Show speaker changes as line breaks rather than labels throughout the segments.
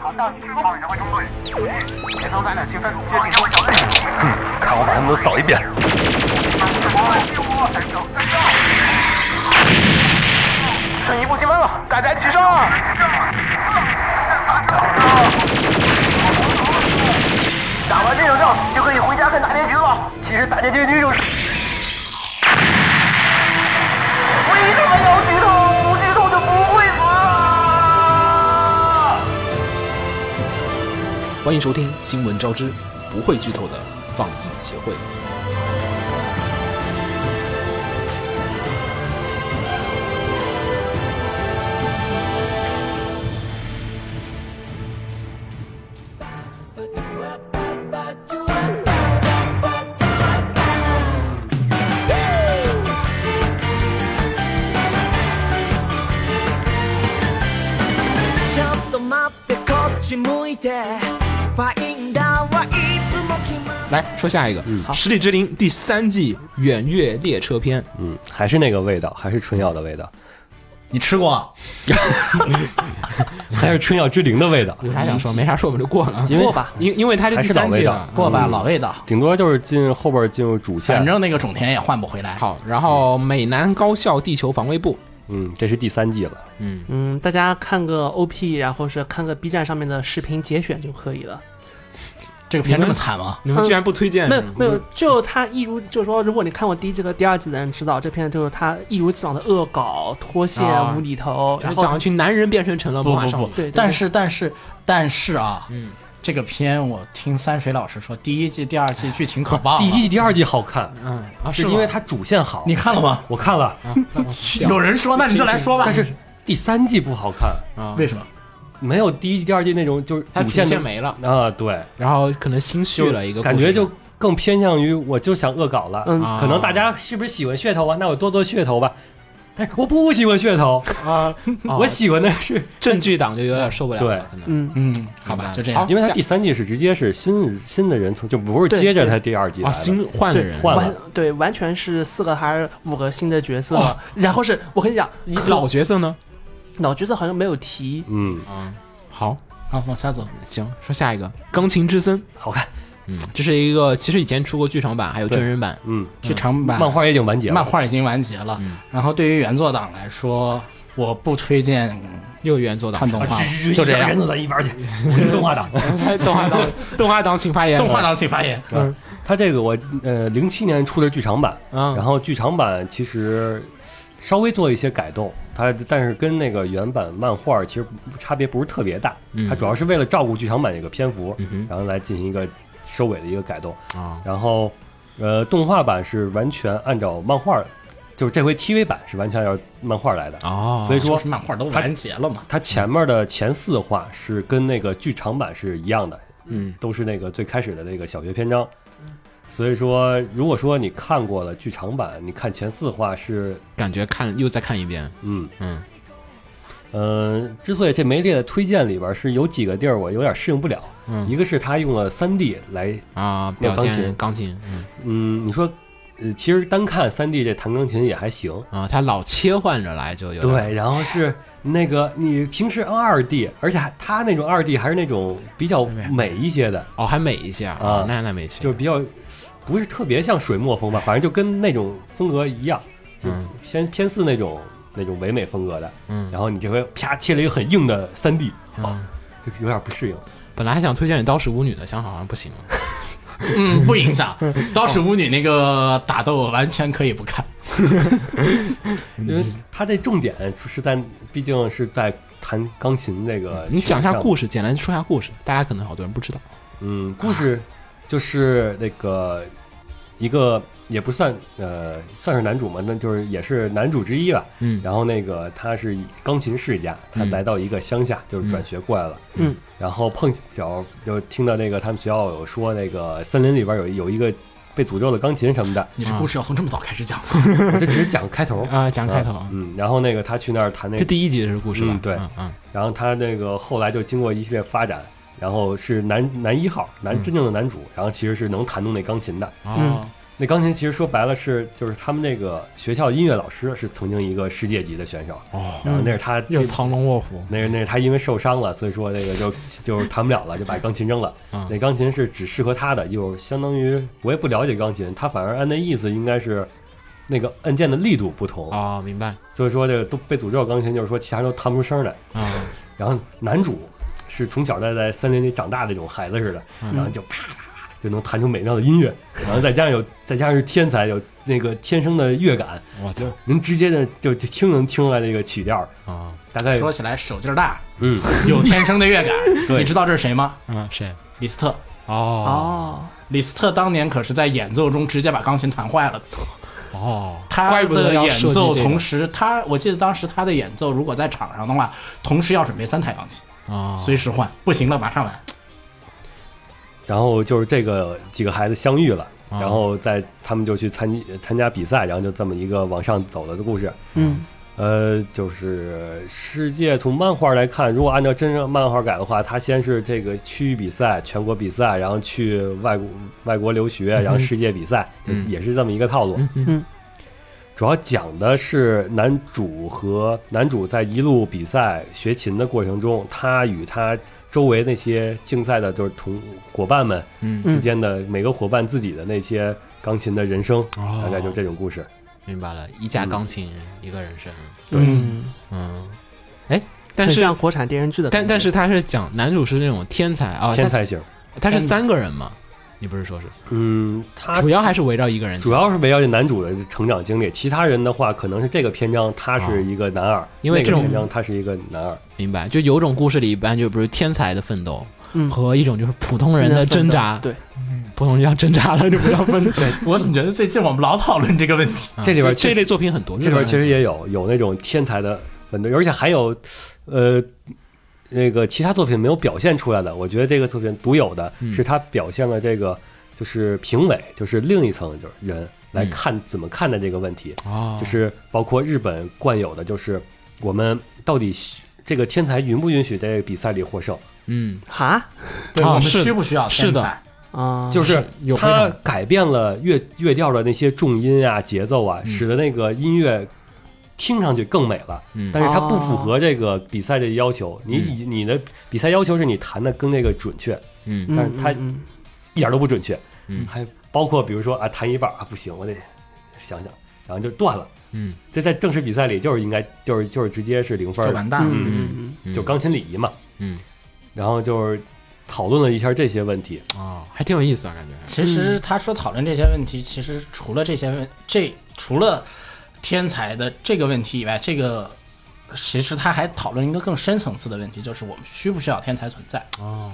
好，到你这个方位指挥中队。前头咱俩兴奋，接近我小队。
看我把他们都扫一遍。
剩一步积分了，大家齐上！打完这场仗就可以回家看大结局了。其实大结局就是……为什么要剧透？不剧透就不会死啊！
欢迎收听《新闻招之》，不会剧透的放映协会。
ちょっと待ってこっち向いてファインダーはいつも決まる
来说下一个，十里之灵》第三季远月列车篇，
嗯，还是那个味道，还是春药的味道，
你吃过啊？
还是春药之灵的味道。
有啥想说？没啥说，我们就过了。
因为
因因为它是第三季
还是老
了嗯
味。嗯
过吧，老味道。
顶多就是进后边进入主线。
反正那个种田也换不回来。
好，然后美南高校地球防卫部，
嗯，这是第三季了。
嗯，大家看个 OP，然后是看个 B 站上面的视频节选就可以了。
这个片这么惨吗？
你们居然不推荐？
没有没有，就他一如就是说，如果你看过第一季和第二季的人知道，这片就是他一如既往的恶搞、脱线、
啊
无厘头，
就
然
是
后
讲一群男人变成成了
不
魔法
不
少
不
女，，
对对
但
对
是但是但是啊，这个片我听三水老师说，第一季、第二季剧情可棒了。
第一、第二季好看，
嗯啊，
是
吗
因为它主线好。
你看了吗？
我看了，
有人说，那你就来说吧。
但是第三季不好看，
啊
为什么？
没有第一季、第二季那种就是
它主
线的
线没了，
啊，对，
然后可能新
就
续了一个故事，
感觉就更偏向于我就想恶搞了。
嗯
啊
可能大家是不是喜欢噱头啊？那我多做噱头吧。哎，我不喜欢噱头，
啊，
我喜欢的是，
证据党就有点受不了了，
对
可能。
嗯，
嗯，好
明
吧，
白
就这样
好。
因为他第三季是直接是新新的人从，就不是
对
接着他第二季来
啊，
的
新换了人，
换
完
了，
对，完全是四个还是五个新的角色
哦，
然后是我跟你讲，
老角色呢？
老角色好像没有提，
嗯，
好，
好，往下走。
行，说下一个《钢琴之森》，
好看，
嗯，这是一个其实以前出过剧场版，还有真人版，
嗯，
剧场版
漫画已经完结了，
啊漫画已嗯经完结了，然后对于原作党来说，我不推荐
又有原作党啊
看动画，
去
就这样
人。都在一边去，我是动画党。
动画党， 动画党请发言。
动画党请发言。
他这个我呃零七年出的剧场版，
嗯
然后剧场版其实稍微做一些改动，它但是跟那个原版漫画其实差别不是特别大，
嗯
它主要是为了照顾剧场版这个篇幅，
哼
然后来进行一个收尾的一个改动。
啊，
然后呃动画版是完全按照漫画，就是这回 TV 版是完全按照漫画来的，
哦，
所以说
是漫画都完结了嘛？
它前面的前四话是跟那个剧场版是一样的，
嗯，
都是那个最开始的那个小学篇章。所以说，如果说你看过了剧场版，你看前四话是，
感觉看又再看一遍，
嗯
嗯
嗯、呃之所以这没列在推荐里边，是有几个地儿我有点适应不了。
嗯
一个是他用了三 D 来，
啊，表现钢琴，嗯
嗯，你说，呃，其实单看三 D 这弹钢琴也还行，
啊，他老切换着来就有点，
对。然后是那个你平时二 D，而且还他那种二 D 还是那种比较美一些的，
哦，还美一下
啊
那那没事，
就是比较不是特别像水墨风吧，反正就跟那种风格一样，就
嗯
偏偏似那种那种唯美风格的。
嗯
然后你这回啪贴了一个很硬的三 D，
嗯，
就有点不适应。
本来还想推荐你《刀石舞女》的，想好好像不行了，
嗯，不影 响。刀使巫女那个打斗完全可以不看。
嗯
因为它这重点是在，毕竟是在弹钢琴这个。
嗯你讲一下故
事。
事，简单说一下故事，大家可能好多人不知道，
嗯，故事就是那个一个也不算呃算是男主嘛，那就是也是男主之一吧。
嗯
然后那个他是钢琴世家，他
嗯
来到一个乡下，就是转学过来了。
嗯，
然后碰巧就听到那个他们学校有说那个森林里边有有一个被诅咒的钢琴 什么的，
你这故事要从这么早开始讲吗？
我就只是讲开头。
啊，讲开头，
嗯，然后那个他去那儿弹那
这
个，
第一集是故事吧
嗯？对
嗯嗯
然后他那个后来就经过一系列发展，
嗯
然后是男男一号，男真正的男主，然后其实是能弹动那钢琴的。
哦，
那钢琴其实说白了是就是他们那个学校音乐老师是曾经一个世界级的选手，
哦，
嗯
然后那是他
又藏龙卧虎，
那是那是他因为受伤了，所以说那个就 就是弹不了了，就把钢琴扔了。
啊
那钢琴是只适合他的，就相当于我也不了解钢琴，他反而按那意思应该是那个按键的力度不同，
啊，明白
所以说这个都被诅咒的钢琴就是说其他人都弹不出声来。
啊，
然后男主是从小在在森林里长大的那种孩子似的，
嗯
然后就啪啪啪就能弹出美妙的音乐，然后再加上有再加上是天才，有那个天生的乐感，
我操
能直接的就就听能听出来那个曲调，
啊，
大概
说起来手劲儿大，
嗯
有天生的 乐感。
对
你知道这是谁吗？
啊
嗯，谁？
李斯特。
哦
哦，
李斯特当年可是在演奏中直接把钢琴弹坏了的。
哦，
他
怪不
的
得要
演
设计
奏
这个
同时，他我记得当时他的演奏如果在场上的话，同时要准备三台钢琴，
啊，
随时换，不行了马上来。
然后就是这个几个孩子相遇了，
啊
然后在他们就去参参加比赛，然后就这么一个往上走的故事。
嗯，
呃，就是世界从漫画来看，如果按照真正漫画改的话，它先是这个区域比赛、全国比赛，然后去外国外国留学，然后世界比赛，
嗯
就也是这么一个套路。
嗯嗯
主要讲的是男主和男主在一路比赛学琴的过程中，他与他周围那些竞赛的就是同伙伴们
嗯
之间的每个伙伴自己的那些钢琴的人生，
哦
大概就这种故事。
明白了，一架钢琴一个人生，
嗯，
嗯，哎，但
很
是
像国产电视剧的感觉，
但但是他是讲男主是那种天才啊，
天才型，
他他是三个人嘛？你不是说是
嗯，他
主要还是围绕一个人？
主要是围绕这男主的成长经历，其他人的话可能是这个篇章他是一个男二，
因为
那
这
个
种
篇章他是一个男二，
明白，就有种故事里一般就比如天才的奋斗
嗯
和一种就是普通人的挣
嗯
扎，
对，
普通人要挣扎了就不要奋 斗。
我怎么觉得最近我们老讨论这个问题？
啊
这里
就
边
这
确实
类作品很多，
这里边其实
也
也有有那种天才的奋斗，而且还有，呃。那个其他作品没有表现出来的，我觉得这个作品独有的
嗯
是他表现了这个，就是评委，就是另一层就是人来
嗯
看怎么看待这个问题。
哦，
就是包括日本惯有的，就是我们到底需这个天才允不允许在比赛里获胜？
嗯
哈
对
啊
我们
是
需不需要
是的
天才？
啊，
就是是
有非
它
常
改变了乐乐调的那些重音啊、节奏
嗯
啊，使得那个音乐听上去更美了。
嗯
但是它不符合这个比赛的要求。你以你的比赛要求是你弹的跟那个准确，
嗯
嗯，
但是他
嗯嗯
一点都不准确。
嗯
还包括比如说啊，弹一半啊不行，我得想想，然后就断了。
嗯，
这在正式比赛里就是应该就是就是直接是零分
就
儿的。
完
嗯
蛋了。
嗯嗯
嗯
就钢琴礼仪嘛，
嗯
然后就是讨论了一下这些问题，
哦，还挺有意思啊，感觉
其实他说讨论这些问题，其实除了这些问这除了天才的这个问题以外，这个其实他还讨论一个更深层次的问题，就是我们需不需要天才存在？
哦，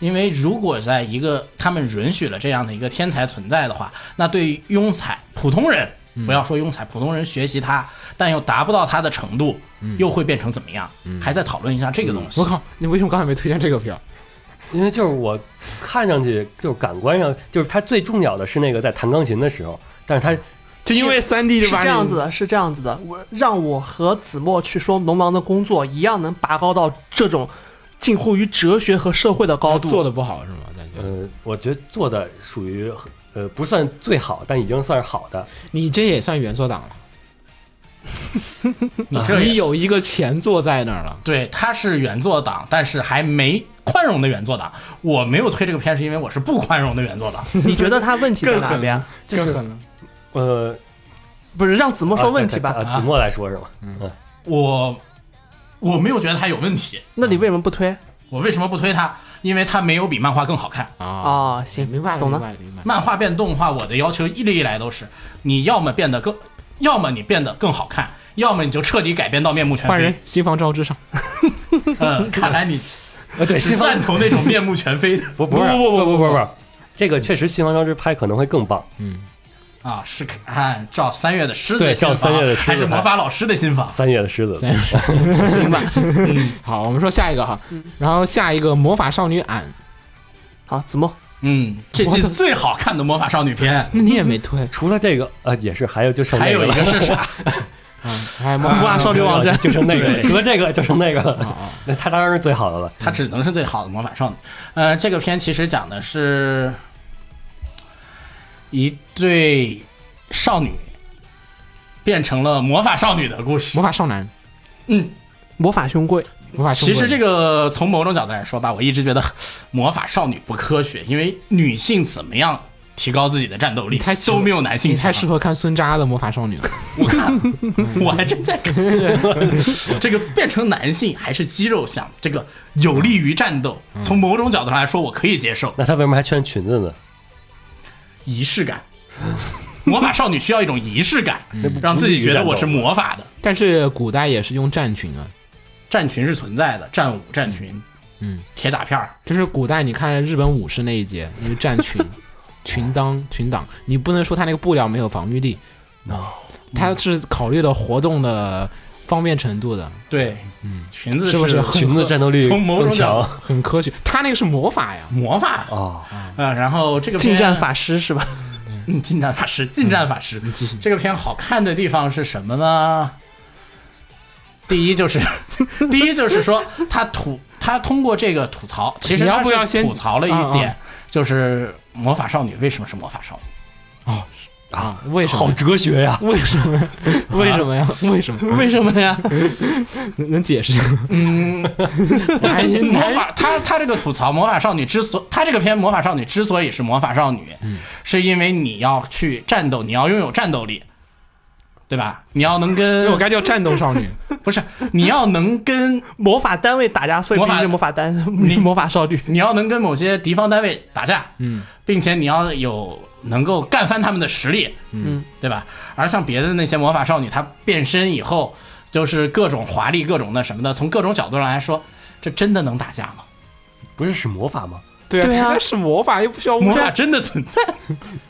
因为如果在一个他们允许了这样的一个天才存在的话，那对于庸才普通人，
嗯
不要说庸才，普通人学习他，但又达不到他的程度，
嗯
又会变成怎么样？还在讨论一下这个东西。
我靠，你为什么刚才没推荐这个片儿？
因为就是我看上去就是感官上，就是他最重要的是那个在弹钢琴的时候，但是他
就因为三 D
是
就把你
这样子的，是这样子的。我让我和子墨去说农忙的工作，一样能拔高到这种近乎于哲学和社会的高度。
做的不好是吗？感觉
嗯
呃，我觉得做的属于呃不算最好，但已经算是好的。
你这也算原作党了，
你这
啊你
也
有一个前作在那儿了。
对，他是原作党，但是还没宽容的原作党。我没有推这个片，是因为我是不宽容的原作党。
你觉得他问题在哪
更
边？
就是
呃，
不是让子墨说问题
啊
吧？
啊子墨来说是吧？
我我没有觉得他有问题，
那你为什么不推
我为什么不推他？因为他没有比漫画更好看。
啊，
啊？行，
明白了，
懂
明
了。
白了，明白了。
漫画变动画，我的要求一直以来都是，你要么变得更，要么你变得更好看，要么你就彻底改变到面目全
换人
非。，
新房招之上。
嗯，看来你
呃，对，
是
西方
赞同那种面目全 非的
不不不不不不不不，这个确实西方招之拍可能会更棒。
嗯，
啊，是按照三月的狮子
对
的新
照三月的狮
房，
子
还是魔
拍
法老师的新房？
三月的狮子
三，
行吧，
好，我们说下一个哈，然后下一个魔法少女俺，
好，子墨，
嗯，这
我
季
操
最好看的魔法少女片，
那你也没 推，
除了这个啊，也是还有就剩
还
那
有一
了
个是 啥？
嗯，还有魔
啊
哇，
法
少女网站
就剩那个了，除了这个就剩那个
啊
了。
啊，
那他当然是最好的了。
它只能是最好的魔法少女。呃，这个片其实讲的是，一对少女变成了魔法少女的故事
魔。法少男，
嗯，
魔法兄贵，
魔法
其实这
个
个从某种角度来说吧，我一直觉得魔法少女不科学，因为女性怎么样提高自己的战斗力，
太
都没有男性
你太
强。
适合看孙扎的魔法少女了。
我看， 我还真在看。这个变成男性还是肌肉项，这个有利于战斗。从某种角度上来说，我可以接受
那他为什么还穿裙子呢？
仪式感。魔法少女需要一种仪式感，让自己觉得我是魔法的。
但是古代也是用战裙啊，
战裙是存在的，战舞、战裙，
嗯，
铁甲片儿，
就是古代你看日本武士那一节，就是战 裙、裙裆、裙裆，你不能说他那个布料没有防御力，哦他是考虑了活动的方便程度的，
对，嗯，裙子
是不是
裙子战斗力
从某
更
种角
强
度
很科学。他那个是魔法呀，
魔法
啊！
啊，然后这个
近
片
战法师是吧？
嗯， 近战法师，近战法师。
嗯继续
这个片好看的地方是什么呢？第一就是， 第一就是说他吐，他通过这个吐槽，其实
你要
他
不
是
要先
吐槽了一
啊
点，就是魔法少女为什么是魔法少女？
啊，为什
好
么？
哲学呀！
为什么？为什么 呀？啊为什么？
为什么呀？
能能解释？
嗯，
哎
魔法他他这个吐槽魔法少女之所他这个片魔法少女之所以是魔法少女，
嗯
是因为你要去战斗，你要拥有战斗力，对吧？你要能
那我
跟
该叫战斗少女。
不是你要能跟
魔法单位打架，所以
魔
必
法
须是魔法单
你
魔法少女。
你要能跟某些敌方单位打架，
嗯，
并且你要有能够干翻他们的实力，
嗯，
对吧？而像别的那些魔法少女，她变身以后就是各种华丽、各种那什么的，从各种角度上来说，这真的能打架吗？
不是使魔法吗？
对
对啊
他是魔法，又不需要
魔法真的存 在？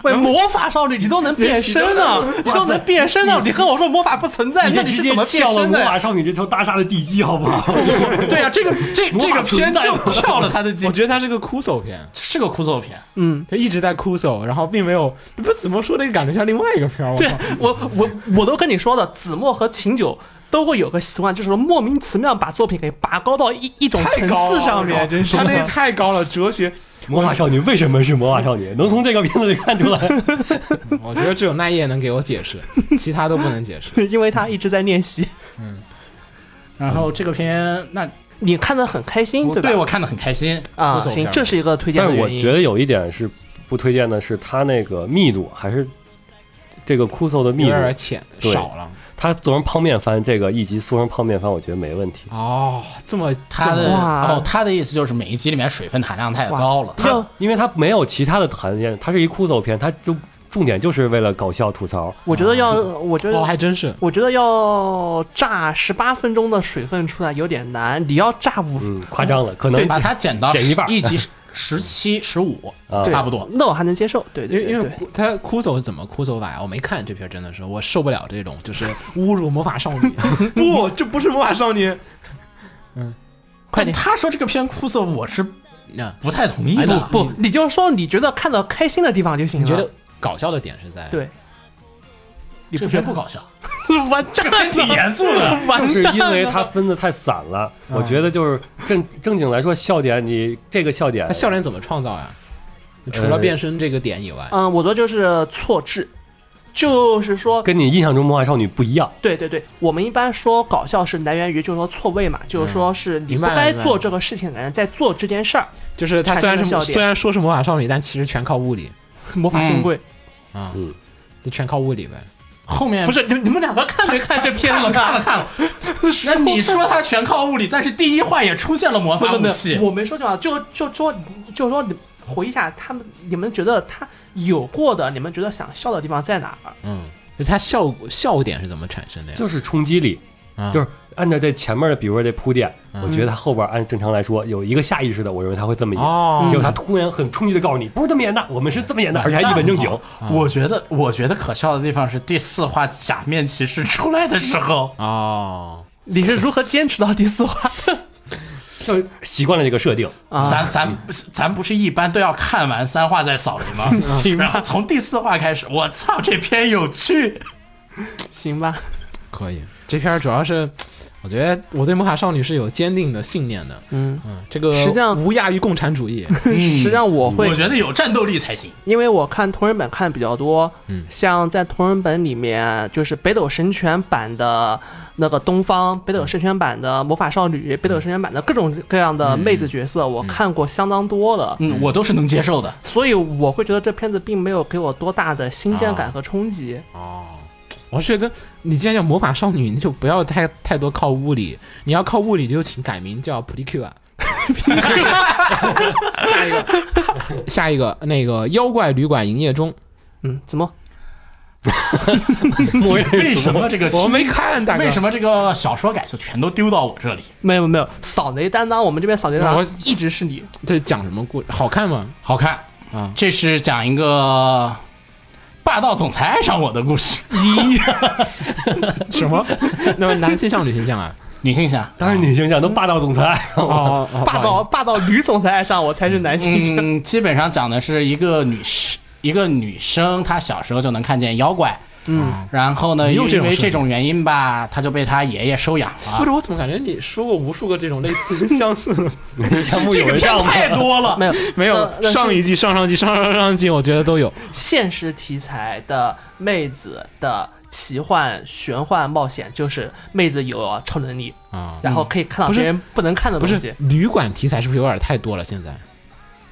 喂，魔法少女你都能变身呢，你都能变身呢，你和我说魔法不存在，那你是怎么变身的呀？
少女这条大厦的地基，好不好？
对啊，这个这
魔
这
法
个
存
片
在
就跳了他的
我
机，
觉得他是个哭手片，
是个枯燥片。
嗯，
他一直在哭手，然后并没有不怎么说那个感觉像另外一个片儿。我
对
靠
我我我都跟你说的，子墨和秦九。都会有个习惯，就是说莫名其妙把作品给拔高到一一种层次上面，真是
他那太高了，哲学。
魔法少女为什么是魔法少女？能从这个片子里看出 来。
我觉得只有那夜能给我解 释，其他都不能解释。
因为他一直在练习，
然后这个片，那
你看得很开心，
我
吧？
对我看得很开心。
啊，
无所谓
行，这是一个推荐
但
的
是我
原因。
觉得有一点是不推荐的是，它那个密度还是这个酷搜的
有
密度，
点浅
对
少了
它做成泡面番这个一集缩成泡面番，我觉得没问题。
哦，这么
他的
这么
哇
哦，他的意思就是每一集里面水分含量太高了，
要
因为它没有其他的谈念，它是一酷搜片，它就重点就是为了搞笑吐槽。
我觉得要，我觉
哦，
得
还真是
我觉得要炸十八分钟的水分出来有点难，你要炸五
嗯，夸张了，可能
把它减到
减一半儿
一集十七、十五
啊，
对
差不多。
那我还能接受。对
因
对
为
对
因为
对，
哭他哭走怎么哭走法呀？我没看这片，真的是我受不了这种就是侮辱魔法少女。 不，这不是魔法少女。
快点
他说这个片枯涩，我是
那
不太同意
哎
的。
不，你就说你觉得看到开心的地方就行
你
了。
觉得搞笑的点是在
对？你
这
不
个
觉
片
得
不搞 笑，
完
这
蛋
个片挺
了？
严肃的。
完
就是
蛋
因为
了嗯
它分的太散了，我觉得就是正正经来说，笑点你这个笑点
他，笑脸怎么创造呀？除了变身这个点以外，
嗯，我说就是错置，就是说
跟你印象中魔法少女不一样。
对对对，我们一般说搞笑是来源于就是说错位嘛，
嗯
就是说是你
明
不
白了
该
明白
做
了
这个事情的人在做这件事儿，
就是他虽然是
产生了笑点
虽然说是魔法少女，但其实全靠物理
魔法
嗯
尊贵。
啊
嗯，
就全靠物理呗。
后嗯面
不是你你们两个看没看这片
看了
子？啊
看了看了，那你说他全靠物理，但是第一话也出现了魔
不
法
不
武
不，
器，
我没说这话，就就说就说你回忆一下，他们你们觉得他有过的，你们觉得想笑的地方在哪儿？
嗯，就他笑笑点是怎么产生的呀？
就是冲击力，
啊
就是按照这前面的，比如说这铺垫，
嗯
我觉得它后边按正常来说有一个下意识的，我认为他会这么演，
哦
结果他突然很冲击的告诉你，不是这么演的，我们是这么 演的，而且还一本正经。
我觉得，我觉得可笑的地方是第四话假面骑士出来的时候，
哦，
你是如何坚持到第四话的？
就习惯了这个设定，
啊，
咱咱不是咱不是一般都要看完三话再扫雷吗？ 然后从第四话开始，我操，这篇有趣。
行吧，
可以。这片儿主要是我觉得我对魔法少女是有坚定的信念的，
嗯，
嗯，这个
实际上
无亚于共产主义，
嗯
实际上我会
我觉得有战斗力才行。
因为我看同人本看比较多，
嗯
像在同人本里面，就是北斗神拳版的那个东方，北斗神拳版的魔法少女，北斗神拳版的各种各样的妹子角色，我看过相当多了，
嗯，我都是能接受的。
所以我会觉得这片子并没有给我多大的新鲜感和冲击。
我是觉得你既然叫魔法少女，你就不要太太多靠物理，你要靠物理就请改名叫 p r i c u a 下一个， 下一个，那个妖怪旅馆营业中，
嗯，怎么？
为什么这个
我没看，大哥，
为什么这个小说改就全都丢到我这里？
没有没有，扫雷担当，我们这边扫雷担
我
当一直是你。
这讲什么故事？好看吗？
好看
啊
这是讲一个霸道总裁爱上我的故 事。咦，
什么？ 那么男性向女性向啊？
女性向，
当然女性向都霸道总裁，啊
哦，哦
霸道霸道女总裁爱上我才是男性 向，
嗯，基本上讲的是一个女生，一个女生，她小时候就能看见妖怪，啊
嗯，
然后呢，
怎么又
因
这种
为
设
这
定
种原因吧，她就被她爷爷收养
不
了
啊是。我怎么感觉你说过无数个这种类似相似的？
前不有人
片
上吗？
太 多了，
没有
没
那
有，
那是
上一季、上上季、上上上季，我觉得都有。
现实题材的妹子的奇幻、玄幻、冒险，就是妹子有超能力，
啊，
然后可以看到别人不能看的
不
东
是
西。
旅馆题材是不是有点太多了？现在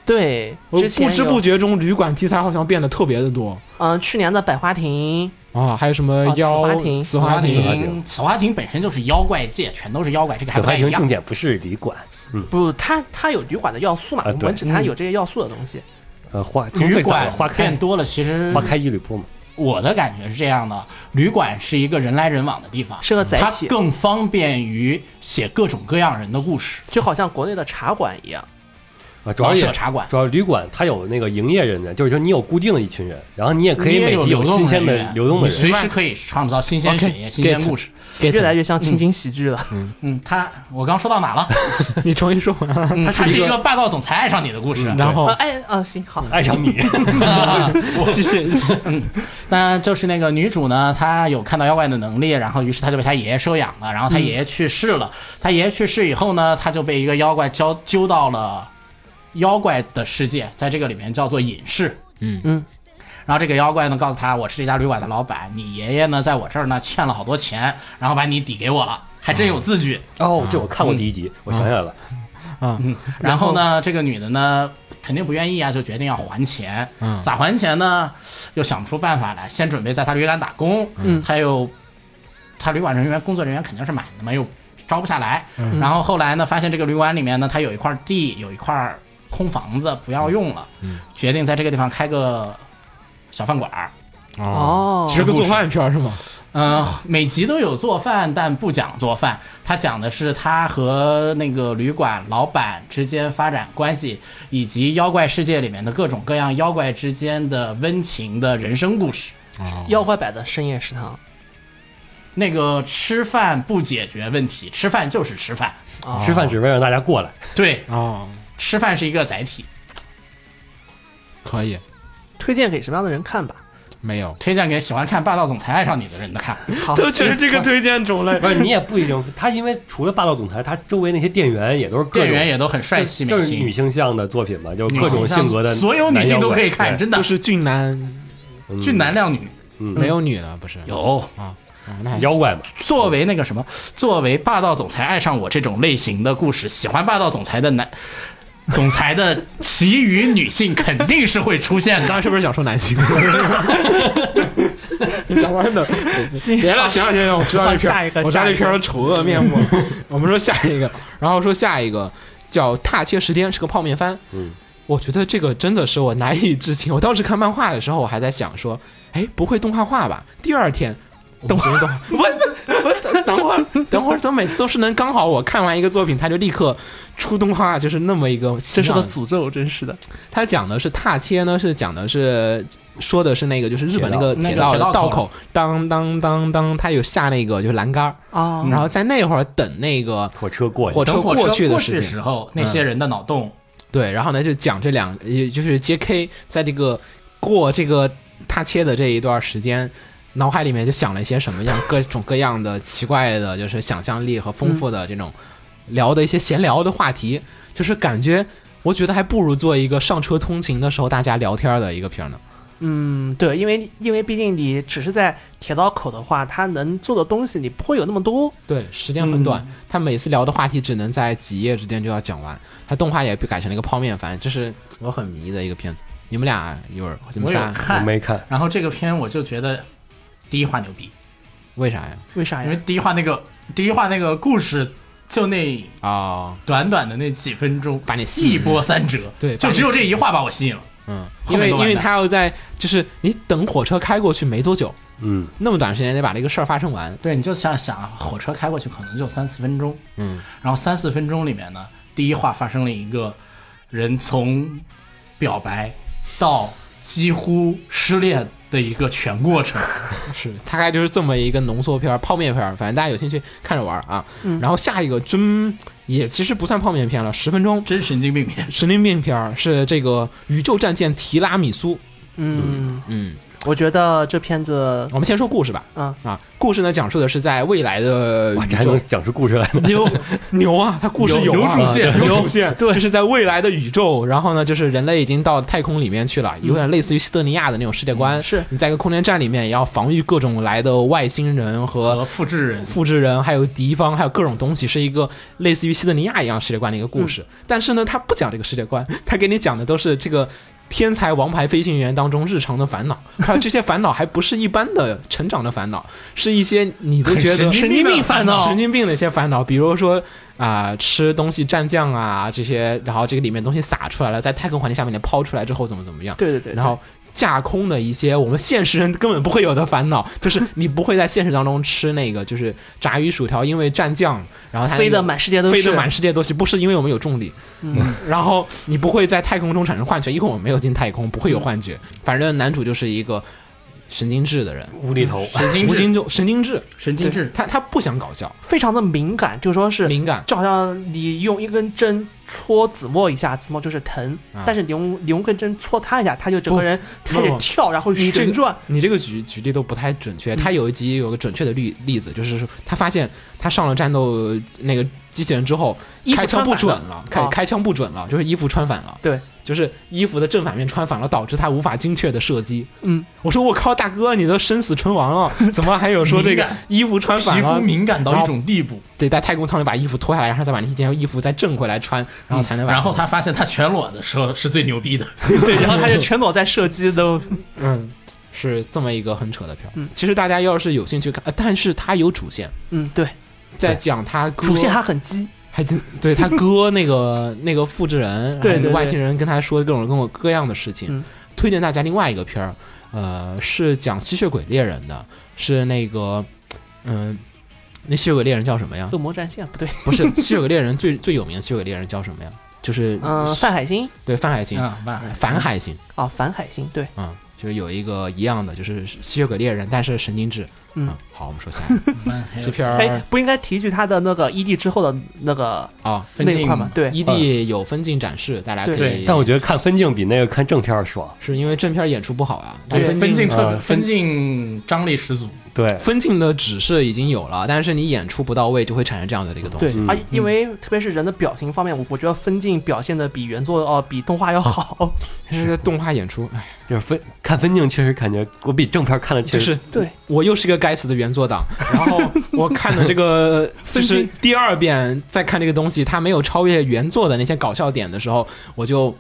对，
我
之前
不知不
有，
觉中，旅馆题材好像变得特别的多
嗯、去年的百花亭，
啊，还有什么
哦
妖
紫花亭
紫
花
花
紫花
亭，
亭
紫花亭本身就是妖怪界，全都是妖怪，这个还
紫
不
花
太一
亭重
样。
点不是旅馆，
不，它它有旅馆的要素嘛，
啊
我们
对
只谈有这些要素的东西。
呃，花从
旅
最早
馆
的花
变
开
多了，其实
花开一缕铺嘛，
我的感觉是这样的：旅馆是一个人来人往的地方，
是个载
它
体
更方便于写各种各样人的故事。
就好像国内的茶馆一样，
啊，主要
老
也
舍茶馆
主要旅馆它有那个营业人员，就是说你有固定的一群人，然后你也可以
你也
每
有
集
流动
新鲜
人
的
员
流动的
你随
人。
时可以创造新鲜
OK，
血液、新鲜
get
故事。
越来
越
越像情景喜剧了。
嗯，他我刚说到哪了？
你重新说完，
嗯，它是一个霸道总裁爱上你的故事。
嗯
然后
啊哎啊，行好，
爱上你，
继续，
那就是那个女主呢，她有看到妖怪的能力，然后于是她就被她爷爷收养了，然后她爷爷去世了，她爷爷去世以后呢，她就被一个妖怪交揪到了妖怪的世界，在这个里面叫做隐士。
嗯
嗯。
然后这个妖怪呢，告诉她，我是这家旅馆的老板，你爷爷呢，在我这儿呢欠了好多钱，然后把你抵给我了，还真有字据。
哦，这我看
嗯
过第一集，
啊
我想起来了，
然后呢，这个女的呢，肯定不愿意啊，就决定要还钱。
嗯
咋还钱呢？又想不出办法来，先准备在他旅馆打工。
嗯
还有他旅馆人员、工作人员肯定是满的嘛，又招不下来。然后后来呢，发现这个旅馆里面呢，他有一块地，有一块空房子不要用了，决定在这个地方开个小饭馆儿。
哦
啊其实个做饭片儿 是吗？
嗯、每集都有做饭，但不讲做饭。他讲的是他和那个旅馆老板之间发展关系，以及妖怪世界里面的各种各样妖怪之间的温情的人生故事。
妖怪版的深夜食堂
那个吃饭不解决问题，吃饭就是吃饭。
啊，
吃饭只为了让大家过来，
对，
哦，
吃饭是一个载体。
可以，
推荐给什么样的人看吧？
没 有，
推荐给喜欢看《霸道总裁爱上你》的人的看，
好，
是这个推荐种类
不是你也不一定，他因为除了霸道总裁，他周围那些店员也都是 各种
店员也都很帅气
就
美
是女
型，
性向的作品嘛，就是各
女
种
性向
性格的，
所有女性都可以看，，真的
都是俊男，
俊男靓女
没嗯有女的不是？
有。
啊，那还
妖怪嘛，
作为那个什么，作为霸道总裁爱上我这种类型的故事，喜欢霸道总裁的男。总裁的其余女性肯定是会出现
刚
的，
刚是不是想说男性？想完的， 别 了，行了行了，我知道这片
下一个
儿，我知道
下
这
一个
片儿的丑恶面目。我们说下一个，然后说下一个叫《踏切时间》，是个泡面番。
嗯，
我觉得这个真的是我难以置信。我当时看漫画的时候，我还在想说，哎，不会动画化吧？第二天。动画，动画，我 我等会儿， 等会儿，怎么每次都是能刚好我看完一个作品，他就立刻出动画，就是那么一个
这
形象的，
是个诅咒，真是的。
他讲的是踏切呢，是讲的是说的是那个就是日本那个
铁
铁道
道
的
那个铁道
道
口
口，当当当当，他有下那个就是栏杆儿，
哦
啊，
然后在那会儿等那个
火车过去
火，
等
车
火
过去
车过
的嗯
去的
事情
时候，那些人的脑洞，
对，然后呢就讲这两，呃也就是 J.K. 在这个过这个踏切的这一段时间。脑海里面就想了一些什么样各种各样的奇怪的，就是想象力和丰富的这种聊的一些闲聊的话题，就是感觉我觉得还不如做一个上车通勤的时候大家聊天的一个片儿呢。
嗯，对，因为因为毕竟你只是在铁道口的话，它能做的东西你不会有那么多。
对，时间很
嗯
短，他每次聊的话题只能在几页之间就要讲完。他动画也被改成了一个泡面番，这是我很迷的一个片子。你们俩一会儿，你们
我有
仨
我
看，
没看，
然后这个片我就觉得第一话牛逼，
为啥呀？
为啥
因为
呀？
第一话那个第一话那个故事就那
啊、
短短的那几分钟，
把你吸引
一波三折，
对
就只有这一话嗯把我吸引了。
嗯，
后
因为
面都
因
完蛋
为他要在就是你等火车开过去没多久，
嗯，
那么短时间得把这个事儿发生完。
对，你就想想啊，火车开过去可能就三四分钟，
嗯，
然后三四分钟里面呢，第一话发生了一个人从表白到几乎失恋的一个全过 程，
是，大概就是这么一个浓缩片儿、泡面片儿，反正大家有兴趣看着玩儿啊。
嗯
然后下一个真也其实不算泡面片了，十分钟
真神经病片。
神经病片儿是这个宇宙战舰提拉米苏。
嗯，
嗯，
我觉得这片子，
我们先说故事吧。
嗯
啊，故事呢讲述的是在未来的
哇，
宇
这还
宙
能讲出故事来呢。
牛牛啊，它故事
有
啊
有主线
有主线，对，就是在未来的宇宙，然后呢，就是人类已经到太空里面去了，有点类似于西德尼亚的那种世界观。
是
你在一个空间站里面，也要防御各种来的外星人
和
和
复制人
复制人，还有敌方，还有各种东西，是一个类似于西德尼亚一样世界观的一个故
嗯
事。但是呢，它不讲这个世界观，它给你讲的都是这个。天才王牌飞行员当中日常的烦恼，还有这些烦恼还不是一般的成长的烦恼，是一些你都觉得
神经病烦恼
神。经病的一些烦恼，比如说啊、吃东西蘸酱啊这些，然后这个里面东西洒出来了，在太空环境下面你抛出来之后怎么怎么样，
对对对，
然后架空的一些我们现实人根本不会有的烦恼，就是你不会在现实当中吃那个就是炸鱼薯条，因为蘸酱，然后它那个
飞的满世界都是，
飞得满世界都是，不是因为我们有重力，嗯，然后你不会在太空中产生幻觉，因为我们没有进太空，不会有幻觉。反正男主就是一个神经质的人，
无厘头，
神经
无
质，
形中神经质，
神经质，
他他不想搞笑，
非常的敏感，就说是
敏感，
就好像你用一根针戳子墨一下，子墨就是疼；
啊
但是你用你用根针戳他一下，他就整个人开始
不
跳，然后
你这
旋
个
转。
你这个举举例都不太准确。他有一集有个准确的例例子，就是说他发现他上了战斗那个机器人之后，
衣服
开枪不准
穿
了
反了，
开
啊
开枪不准了，就是衣服穿反了，
对，
就是衣服的正反面穿反了，导致他无法精确的射击。
嗯，
我说我靠，大哥，你都生死存亡了，怎么还有说这
敏
个
感
衣服穿反
皮肤
了？
敏感到一种地步，
得在太空舱里把衣服脱下来，然后再把那件衣服再正回来穿，然后才能把。
然后他发现他全裸的时候是最牛逼的。
对，然后他就全裸在射击都，
嗯，是这么一个很扯的片儿。其实大家要是有兴趣看，呃但是它有主线，
嗯，对，
在讲他哥
主线还很激，
还真对他哥那 个那个复制人，
对
还有
对对
外星人跟他说各种各种各样的事情。
嗯
推荐大家另外一个片儿，呃，是讲吸血鬼猎人的，是那个，嗯、那吸血鬼猎人叫什么呀
恶？魔战线不对，
不是吸血鬼猎人最 最有名的吸血鬼猎人叫什么呀？就是
嗯、范海辛
对范海辛，
啊，哇
反海辛
啊，反海辛，对，
啊、嗯就是有一个一样的，就是吸血鬼猎人，但是神经质。啊
嗯
好，我们说下一个这片
哎
嗯
儿，
不应该提一句他的那个 ED 之后的那个
啊。
分
那一
镜
块吗？对，
异地有分镜展示，大家可
对
哎
以。
但我觉得看分镜比那个看正片儿爽。
是因为正片演出不好啊，但
对哎分镜特别
啊
分镜张力十足，
对，
分镜的指示已经有了，但是你演出不到位，就会产生这样的一个东
对
西。，
啊，因为特别是人的表情方面，我我觉得分镜表现的比原作哦、比动画要好。
这个动画演出，哎，
就是分看分镜确实感觉我比正片儿看的确
就
实
是
对
我又是个该死的原作党，然后我看的这 个呃就是第二遍再看这个东西，它没有超越原作的那些搞笑点的时候，我就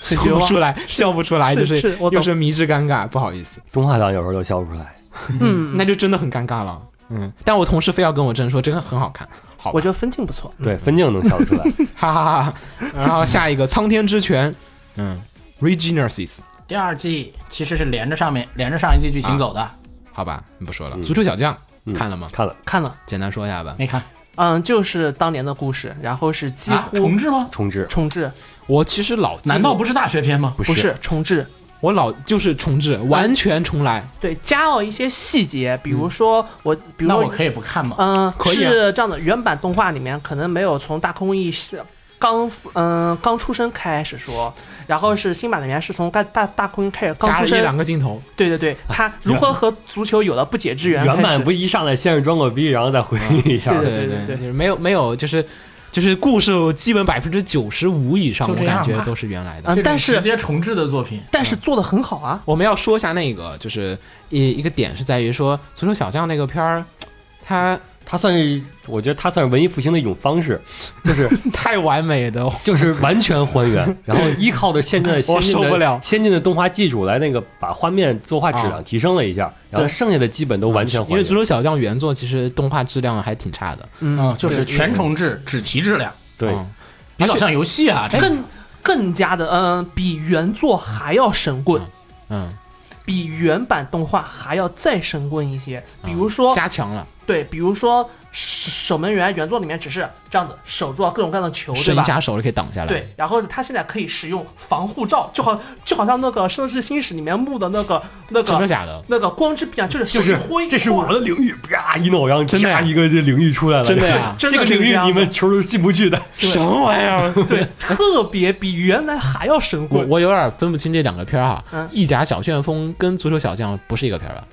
笑
绝
不
望
出来， 笑不出来，
是
就是
是我懂
又是迷之尴尬，不好意思，
动画党有时候都笑不出来。
嗯，
那就真的很尴尬了。嗯，但我同事非要跟我争说这个很好看，好吧，
我觉得分镜不错。
嗯
对，分镜能笑得出来。
哈哈哈。然后下一个苍天之泉，嗯，Regenesis，
第二季其实是连着上面连着上一季剧情走的，
好吧，不说了。
嗯
足球小将
嗯
看了吗？
看了，
看了，
简单说一下吧。
没看
嗯，就是当年的故事，然后是几
啊？
乎
重置吗？
重置
重置，
我其实老记
难道不是大学篇吗？
不
不是重置，
我老就是重置，完全重来。
对，加了一些细节，比如说我，比如
那
说
我可以不看吗？
嗯，
可以啊
是这样的，原版动画里面可能没有从大空翼刚嗯、刚出生开始说，然后是新版的原来是从大大大空开始刚
加
出
了一
生，
两个镜头，
对对对，他如何和足球有了不解之缘开始？
原版不一上来先是装个逼，然后再回忆一下
对
的，
对
对
对
就是没有没有，就是就是故事基本百分之九十五以上，
就
我
这样
感觉
吧
都是原来的。
嗯，但
直
是
接重置的作品，
但是做的很好啊，
我们要说一下那个，就是一一个点是在于说《足球小将》那个片儿，它
他算是我觉得他算是文艺复兴的一种方式，就是
太完美的，
就是完全 还原，然后依靠着现在的先进
我受不
的
了
先进的动画技术来那个把画面作画质量
啊
提升了一下，然后
对啊
剩下的基本都完全还
因为《足
原。
球小将》原作其实动画质量还挺差的，
嗯，就是全重置，只提质量，
对，
嗯
比较像游戏啊，这个
更更加的嗯、比原作还要神棍，
嗯，
比原版动画还要再神棍一些。比如说，
加强了，
对，比如说守守门员原作里面只是这样子守住了各种各样的球，对
伸一
吧？
下手就可以挡下来。
对，，然后他现在可以使用防护罩，就好就好像那个《圣斗士星矢》里面木的那个那
真的
个
假的？
那个光之臂啊，就是
就
就是挥，
这是我的领域，啪一弄，然后
真的呀
啪一个这领域出来了，
真的呀
这个
真的是
领域
这样
你
的
们球都进不去的。
什么玩意儿？
对，特别比原来还要神
我
棍。
我有点分不清这两个片儿哈，
嗯
意甲小旋风》跟《足球小将》不是一个片儿吧？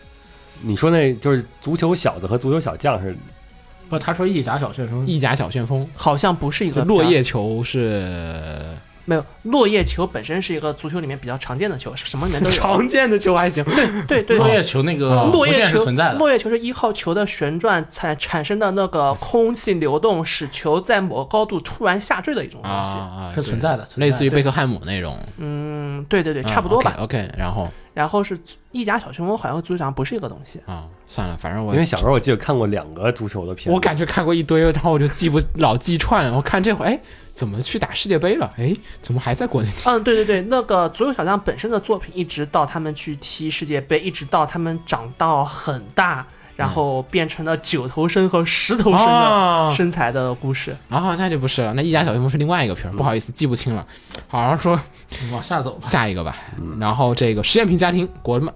你说那就是足球小子和足球小将是
不，他说意甲小旋风，
意甲小旋风》
好像不嗯是一
就
个
落
片儿，
叶球是
没有落叶球本身是一个足球里面比较常见的球，是什么里面都 有。啊
常见的球还 行，
对对
落
对，
叶球那个
哦
落
弧
叶
线啊是
球
存在的，
落叶球是依靠球的旋转产产生的那个空气流动，使球在某个高度突然下坠的一种
啊
东西。
啊
是存在的，
类似
于
于贝克汉姆那种，
嗯，对对对， 差不多吧。
OK，, 然后
然后是意甲小旋风，好像足球场不是一个东西。
啊，算了，反正我
因为小时候我记得看过两个足球的片子，
我感觉看过一堆，然后我就记不老记串。我看这回，哎，怎么去打世界杯了？哎，怎么还在国内？
嗯，对对对，那个足球小将本身的作品，一直到他们去踢世界杯，一直到他们长到很大，然后变成了九头身和十头身
哦
的身材的故事。
啊，那就不是了，那意甲小旋风是另外一个片儿，不好意思，记不清了。好，然后说
往下走吧。
下一个吧。
嗯
然后这个实验品家庭国漫，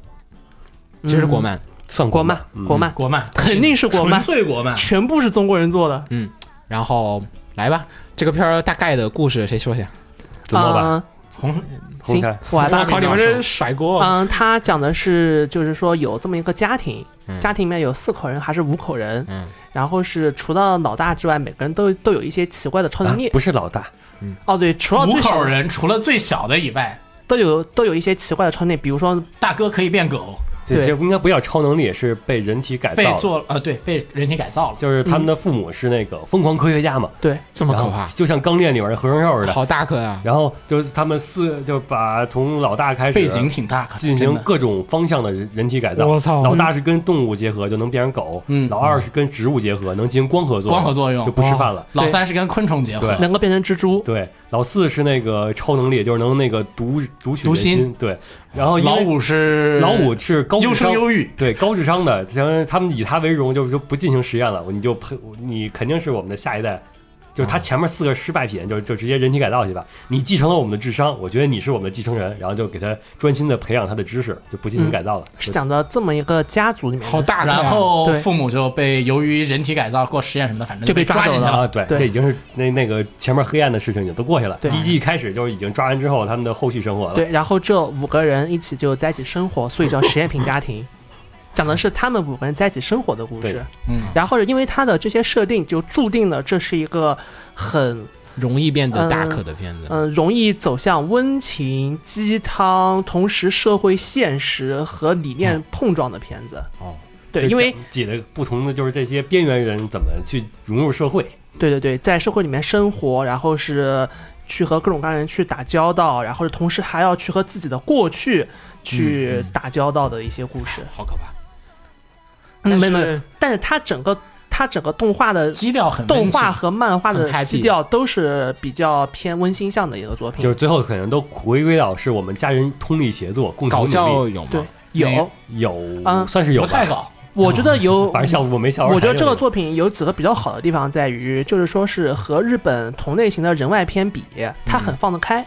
其实是国漫，
算
国
漫
啊
漫，，国漫、
国漫
肯定是国漫
纯粹国漫，
全部是中国人做的。
然后来吧，这个片儿大概的故事谁说一下？
怎么办？
嗯
从
红开，
我来吧
我。靠，你们这啊甩锅！
嗯，他讲的是，就是说有这么一个家庭，
嗯
家庭里面有四口人还是五口人，
嗯
然后是除了老大之外，每个人都都有一些奇怪的超能力。
啊不是老大，
哦，对，除了
五
最小
口
的
人除了最小的以外，
都有都有一些奇怪的超能力，比如说
大哥可以变狗，
这
对
些应该不叫超能力，是被人体改
被
造的。
做嗯呃对被人体改造了，
就是他们的父母是那个疯狂科学家嘛，
对，
这么
然
可
后
怕，
就像钢炼里边的合成肉似的。
好大颗啊！
然后就是他们四就把从老大开始
背景挺大，可
进
真
行
的
各种方向的人人体改造。
我操
老大是跟动物结合就能变成狗，
嗯
老二是跟植物结合能进行光合作用，
光合作用哦
就不吃饭了。
老三是跟昆虫结合
对，
能够变成蜘蛛，
对，老四是那个超能力，就是能那个读读取
读
人
心
心。对，然后因为
老五是
老五是高
优
智商，
生优育，
对高智商的，像他们以他为荣，就是说不进行实验了，你就呸，你肯定是我们的下一代。就是
嗯
他前面四个失败品，就就直接人体改造去吧。你继承了我们的智商，我觉得你是我们的继承人，然后就给他专心的培养他的知识，就不进行
嗯
改造了。
是讲的这么一个家族里面的
好大颗啊，
然后
对
父母就被由于人体改造过实验什么的，反正
就被
被抓
抓走
进去
了
了。
啊，对，
对
这已经是那那个前面黑暗的事情已经都过去了。第
对
一季一开始就是已经抓完之后，他们的后续生活了。
对，然后这五个人一起就在一起生活，所以叫实验品家庭，讲的是他们五个人在一起生活的故
对
事。
嗯，
然后因为它的这些设定，就注定了这是一个很
容易变得大颗的片子，
嗯、呃容易走向温情鸡汤，同时社会现实和理念碰撞的片子。
哦，
对，因为
解的不同的就是这些边缘人怎么去融入社会。
对对对，在社会里面生活，然后是去和各种各样的人去打交道，然后同时还要去和自己的过去
嗯
去打交道的一些故事。
好可怕。
嗯，
但
没没
是
没，但是它整个它整个动画的
基调很温
动
情
画和漫画
很
的
happy
基调都是比较偏温馨向的一个作品，
就是最后可能都回归到是我们家人通力协作，共同
搞
努
笑
力
有吗？
对有，
有、
啊
算是有
不
吧，
太搞，
我觉得有，
反正效果没效。
我觉得这个
做
作品有几个比较好的地方在于，就是说是和日本同类型的人外片比，它很放得开。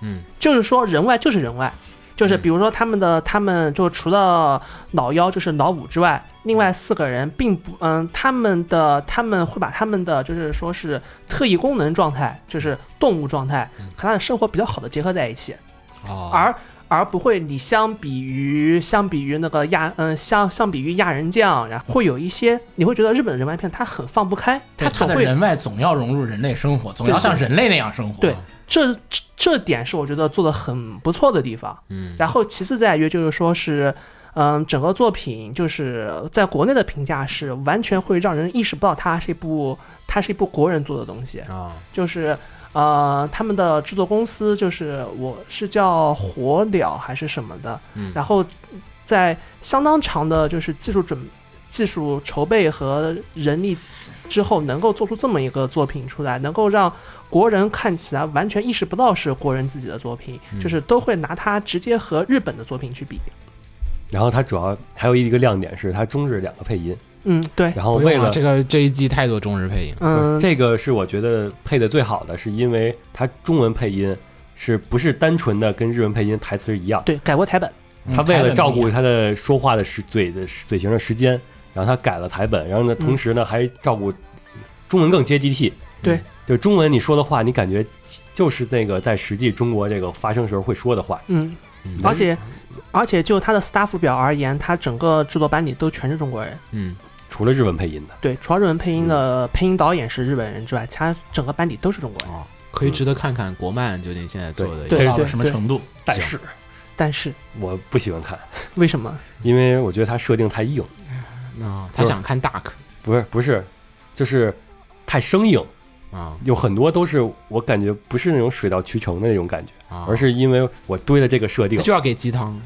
嗯，
就是说人外就是人外，就是比如说他们的他们就除了老幺就是老五之外，另外四个人并不嗯，他们的他们会把他们的就是说是特异功能状态，就是动物状态和他的生活比较好的结合在一起，
哦，
而。而不会，你相比于相比于那个亚，嗯，相相比于亚人酱，然后会有一些，你会觉得日本的人外片它很放不开，
对他
总
的
会
人外总要融入人类生活，总要像人类那样生活。
对，这这这点是我觉得做的很不错的地方。
嗯，
然后其次在于就是说是，嗯，整个作品就是在国内的评价是完全会让人意识不到它是一部它是一部国人做的东西，
啊，
就是呃他们的制作公司就是我是叫火鸟还是什么的，
嗯
然后在相当长的就是技术准技术筹备和人力之后，能够做出这么一个作品出来，能够让国人看起来完全意识不到是国人自己的作品，就是都会拿它直接和日本的作品去比。
然后它主要还有一个亮点是它中日两个配音，
嗯，对，
然后
不
为
用啊
了
了，这个这一季太多中日配音了，
嗯，
这个是我觉得配的最好的，是因为它中文配音是不是单纯的跟日文配音台词一样？
对，改过台本。
嗯
他为了照顾
台本不一样
他的说话的时嘴的嘴型的时间，然后他改了台本，然后呢，同时呢还照顾中文更接地气。嗯
对，
就中文你说的话，你感觉就是那个在实际中国这个发生时候会说的话。
嗯，而且而且就它的 staff 表而言，它整个制作班底都全是中国人。
嗯，
除了日文配音的，
对，除了日文配音的配音导演是日本人之外，其他整个班底都是中国人。
哦，可以
嗯
值得看看国漫究竟现在做的
对
做到了什么 程度？
但是
但是
我不喜欢看，
为什么？
因为我觉得它设定太硬，
啊，他想看 Duck
不是不是，就是太生硬，
啊
有很多都是我感觉不是那种水到渠成的那种感觉，
啊，
而是因为我堆了这个设定，
就要给鸡汤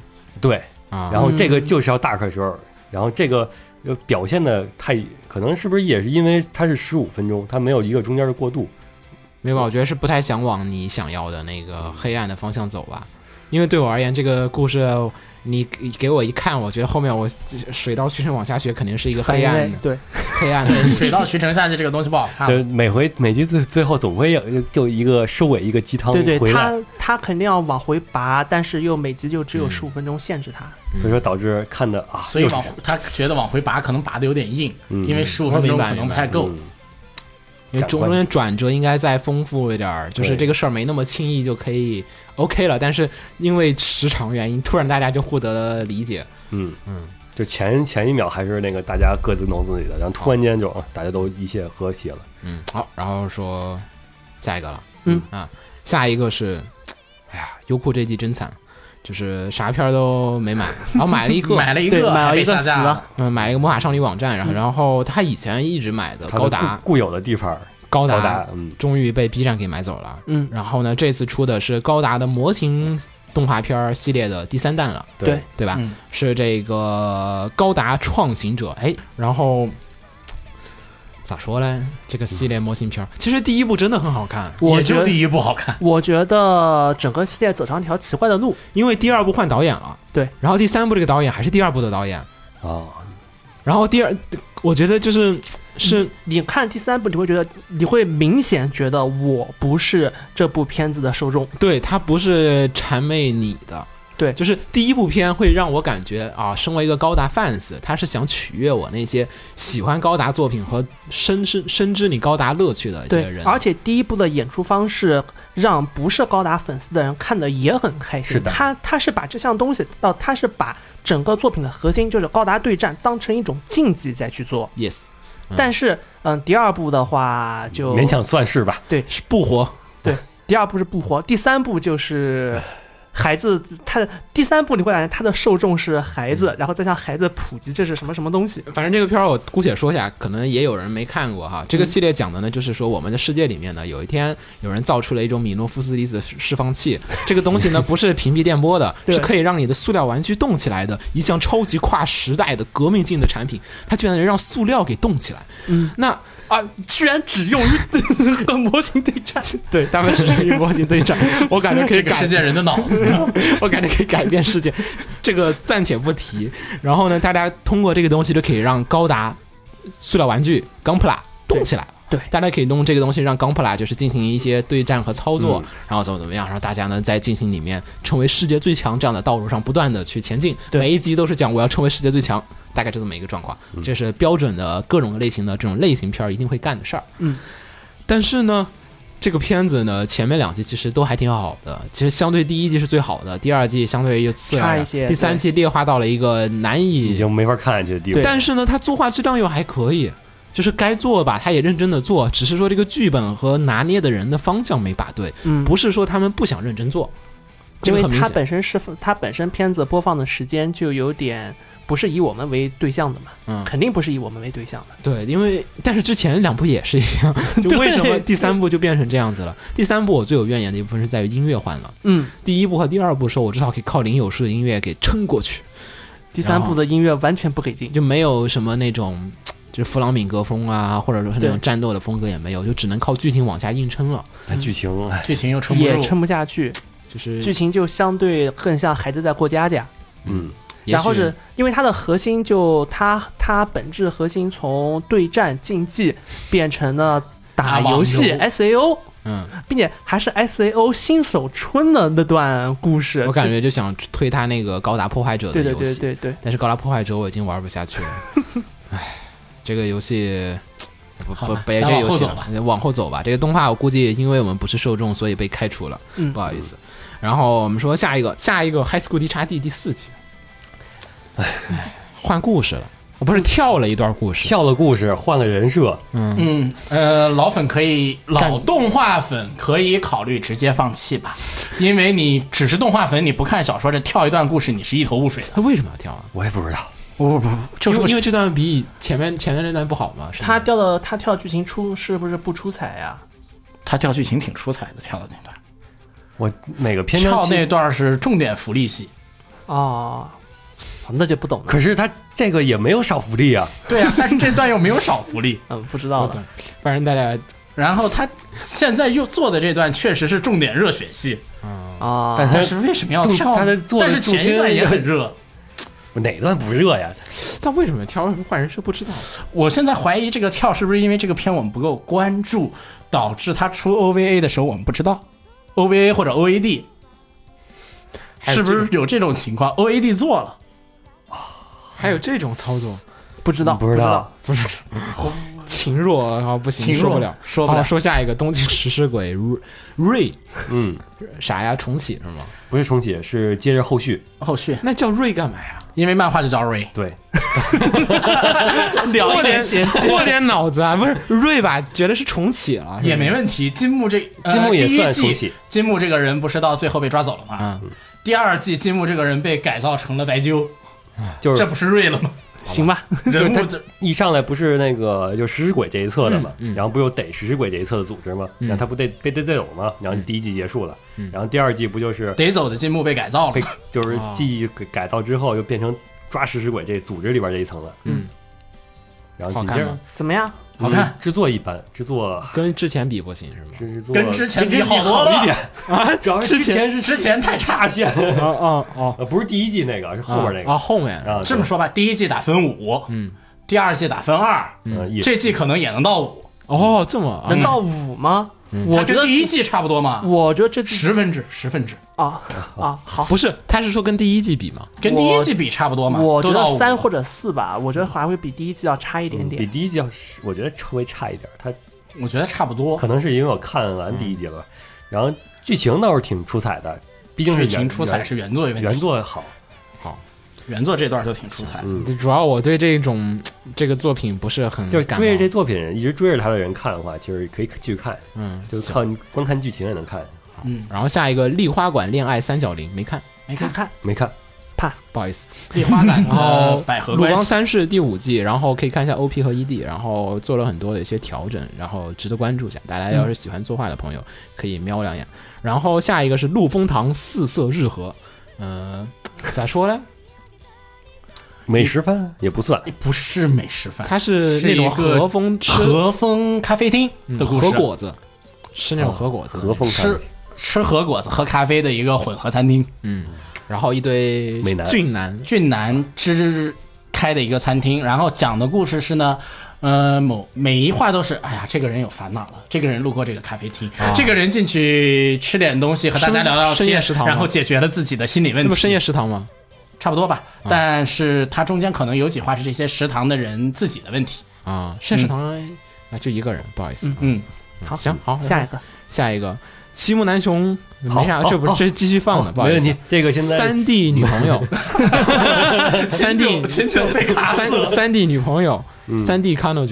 对，
啊，
然后这个就是要大块时候，然后这个呃表现的太可能是不是也是因为它是十五分钟，它没有一个中间的过渡，
没有吧？我觉得是不太想往你想要的那个黑暗的方向走吧，因为对我而言，这个故事你给给我一看，我觉得后面我水到渠成往下学，肯定是一个黑暗的
对，
黑暗的。
水到渠成下去这个东西不好看了。
就每回每集最最后总会有就一个收尾一个鸡汤
对对，
回来，
他他肯定要往回拔，但是又每集就只有十五分钟限制他。
所以说导致看的啊，
所以
又是
往他觉得往回拔可能拔的有点硬，
嗯
因为十五分钟可能不太够。
嗯
因为中中间转折应该再丰富一点儿，就是这个事儿没那么轻易就可以 OK 了。但是因为时长原因，突然大家就获得了理解。
嗯嗯，就前前一秒还是那个大家各自弄自己的，然后突然间就啊大家都一切和谐了。
嗯，好，然后说下一个了。
嗯
啊，下一个是，哎呀，优酷这季真惨，就是啥片儿都没买，然后买了一个，
买了一
对
个，
买了
还被
一个
下架
死了。
嗯，买了一个魔法少女网站，然后然后他以前一直买的
呃
它的
高达
固，固有的地方，
高
高
达
达，嗯，
终于被 B 站给买走了。
嗯，
然后呢，这次出的是高达的模型动画片儿系列的第三弹了。
对
对吧？
嗯
是这个高达创行者，哎，然后咋说嘞？这个系列模型片儿，其实第一部真的很好看，
我
也
觉
就
得
第一部好看。
我觉得整个系列走上一条奇怪的路。
因为第二部换导演了，
对，
然后第三部这个导演还是第二部的导演，
啊，
然后第二，我觉得就是是
你看第三部，你会觉得你会明显觉得我不是这部片子的受众。
对他不是谄媚你的。
对
就是第一部片会让我感觉啊，身为一个高达 fans，他是想取悦我那些喜欢高达作品和深深深知你高达乐趣的一些
对
人，，
而且第一部的演出方式让不是高达粉丝的人看的也很开心。
是的
他他是把这项东西，到他是把整个作品的核心就是高达对战当成一种竞技再去做。
yes 嗯
但是，嗯，第二部的话就
勉强算是吧。
是不活
第二部是不活，第三部就是孩子，他的第三部你会感觉他的受众是孩子，然后再向孩子普及这是什么什么东西。
反正这个片儿我姑且说一下，可能也有人没看过哈。这个系列讲的呢，就是说我们的世界里面呢，有一天有人造出了一种米诺夫斯离子释放器，这个东西呢不是屏蔽电波 的，
对
是可以让你的塑料玩具动起来的一项超级跨时代的革命性的产品。它居然能让塑料给动起来，嗯，那
啊，居然只用于 和模型对战，
对，他们是属于模型对 战，我感觉可以
这个嗯
改
世界人的脑子，
我感觉可以改变世界， 这个暂且不提。然后呢，大家通过这个东西就可以让高达塑料玩具钢普拉动起来了。
对
大家可以弄这个东西让钢普拉就是进行一些对战和操作，
嗯
然后怎么怎么样，然后大家呢在进行里面成为世界最强这样的道路上不断的去前进，
对
每一集都是讲我要成为世界最强，大概是这么一个状况，
嗯
这是标准的各种类型的这种类型片儿一定会干的事儿。
嗯，
但是呢。这个片子呢，前面两季其实都还挺好的，其实相对第一季是最好的，第二季相对又次
差
然
一
了
些
第三
对
季劣化到了一个难以
已经没法看下去的地步。
但是呢，他作画质量又还可以，就是该做吧，他也认真的做，只是说这个剧本和拿捏的人的方向没把对，
嗯，
不是说他们不想认真做，这个
因为
很明
它
显。
本身是它本身片子播放的时间就有点不是以我们为对象的嘛，
嗯
肯定不是以我们为对象的。
对，因为但是之前两部也是一 样，就为什么第三部就变成这样子了？第三部我最有怨言的一部分是在于音乐换了，
嗯，
第一部和第二部的时候，我至少可以靠林有树的音乐给撑过去，
第三
然后
部的音乐完全不给劲，
就没有什么那种就是弗朗明哥风啊，或者说是那种
对
战斗的风格也没有，就只能靠剧情往下硬撑了，
它剧情哎
剧情又撑不
也
住，
撑不下去，
就是
剧情就相对更像孩子在过家家。
嗯，
也
然后
许
是因为它的核心就它它本质核心从对战竞技变成了打
打网
游戏
游
SAO，
嗯。
并且还是 SAO 新手村的那段故事。
我感觉就想推他那个高达破坏者的
对
游戏，
对对对对，
但是高达破坏者我已经玩不下 去了，唉，这个游戏。不
好
不
吧，
别
咱
这
往
游
后
戏
走吧
了，往后走吧。这个动画我估计因为我们不是受众，所以被开除了，
嗯
不好意思。然后我们说下一个，下一个《High School DxD》第四集，唉，换故事了，我不是跳了一段故事，
跳了故事，换了人设，
嗯，呃，老粉可以，老动画粉可以考虑直接放弃 吧，因为你只是动画粉，你不看小说，这跳一段故事，你是一头雾水的。
他为什么要跳啊？
我也不知道。
就是
不是
因为这段比前面前面那段不好吗？是吗
他掉的他跳剧情出是不是不出彩呀、
他跳剧情挺出彩的，跳的那段，
我哪个篇章
跳
期
那段是重点福利戏。
哦，那就不懂了。
可是他这个也没有少福利啊，
对啊，但是这段又没有少福利。
嗯，不知
不
道
懂
了。，
反正大家
然后他现在又做的这段确实是重点热血戏，
啊，
但
但是为什么要
重
哦跳呢？
他的做的
但是前
重
一
心
段也很热。
哪段不热 呀？
但为什么跳？为什么换人是不知道的？
我现在怀疑这个跳是不是因为这个片我们不够关注，导致他出 OVA 的时候我们不知道 OVA 或者 OAD
还有
是
这
不
种
是有这种情况？OAD 做了，
还有这种操作？
不知道，
不知
知
道
道。
秦若啊，不行，
秦若
受不了，
说不了
好说下一个东京食尸鬼瑞
嗯，
啥呀？重启是吗？
不是重启，是接着后续。嗯
后续
那叫瑞干嘛呀？
因为漫画就叫 Ray，
对，
聊一点
过点脑子啊！不是瑞吧？觉得是重启了，
也没问题。金木这呃
金木也
第一
算
季
重启嗯
金木这个人不是到最后被抓走了吗？
啊。
第二季金木这个人被改造成了白鸠，
就是
这不是瑞 了吗？
行吧，
人物这
一上来不是那个就食尸鬼这一侧的嘛，
嗯嗯
然后不就逮食尸鬼这一侧的组织嘛，
嗯
然后他不得被逮走嘛，然后第一季结束了，
嗯
然后第二季不就是
得走的金木被改造了
被，就是
哦
记忆改改造之后又变成抓食尸鬼这组织里边这一层了，
嗯，
然后
好
紧
看
接着
吗？
怎么样？
好看
嗯制作一般，制作
跟之前比不行是吗？
制作
跟之前比好多
一点
了。
啊，主要是之前是
之前太差
下线，
哦哦
呃不是第一季那个，是后边那个
啊，后面
啊，
这么说吧，第一季打分五，
嗯，
第二季打分二，
嗯，也
这季可能也能到五。
哦，这么啊
能到五吗？我
它
觉
跟
得
第一季差不多嘛，
我觉得这
十分制，十分制，
啊啊好，
不是？他是说跟第一季比吗？
跟第一季比差不多嘛，
我觉
都到
得
五
三或者四吧，我觉得还会比第一季要差一点
嗯比
点。
第一季要是，我觉得稍微差一点儿。它
我觉得差不多
可。能是因为我看完第一季了，然后剧情倒是挺出彩的，毕竟是
剧
原
情出彩是原作
原
有问
原
题，
作好。
原作这段就挺出彩。
嗯
主要我对这种这个作品不是
嗯
很
就是
感
追着这
冒。
作品一直追着他的人看的话，其实可以继续看，
嗯，
就是
行
靠你光看剧情也能看，
嗯，
然后下一个《丽花馆恋爱三角零》没看，
没
看
看
看
没看
不好意思。
地花感
然后
的呃百合
鲁
关
邦
系，
三世第五季，然后可以看一下 OP 和 ED，然后做了很多的一些调整，然后值得关注一下。大家
嗯
要是喜欢作画的朋友，可以瞄两眼。然后下一个是陆风堂四色日和，嗯、咋说呢？
美食番也不算，
不是美食饭，
它是
是
那
一
种
个
和风吃
和风咖啡厅
嗯
的故
和
事，
果子，吃那种和果子的那
和
种，
风看
吃吃和果子喝咖啡的一个混合餐厅，
嗯，然后一堆
美男
俊男，
俊男之开的一个餐厅，然后讲的故事是呢，呃，某每一话都是，哎呀，这个人有烦恼了，这个人路过这个咖啡厅，这个人进去吃点东西和大家
深
聊聊
啊深
天
夜食堂
然后
吗
解决了自己的心理
那
问题。
么深夜食堂啊吗？
差不多吧，但是它中间可能有几话是这些食堂的人自己的问题。
啊，深夜食堂啊，就一个人，不好意思。
嗯，
好，
行好
下一个，
下一个，七木南雄，没啥，
好
这不
哦
好
是这继续放的，不好
哦没
意
问题
思。，啊
这个现在
三 D 女朋友，三 D
真的被卡死
三
了。
三 D 女朋友，
嗯
三 D 彼女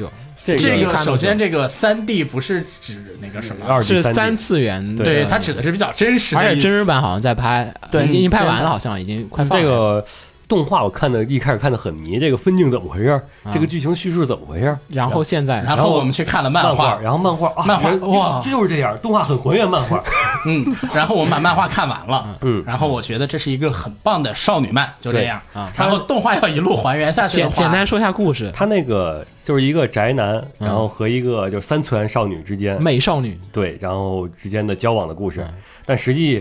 这个首先
这
这个三 D 不是指那个什么，
二
是
三
三次元的，
对，它指的是比较真实的意思，
而且哎真人版好像在拍，
对
已经已经拍完了，好像已经快放
这
了
个动画我看的一开始看的很迷，这个分镜怎么回事儿？
啊
这个剧情叙述怎么回事儿？
然后现在，
然后我们去看了
漫
漫画，
然后漫画啊，
漫画
原来
哇
这就是这样，动画很还原漫 画。
嗯，然后我们把漫画看完了，
嗯
然后我觉得这是一个很棒的少女漫，就这样
对啊
然后动画要一路还原下去的
简
话，
简单说一下故事，
他那个就是一个宅男，
嗯
然后和一个就是三次元少女之间，
美少女
对，然后之间的交往的故事。但实际，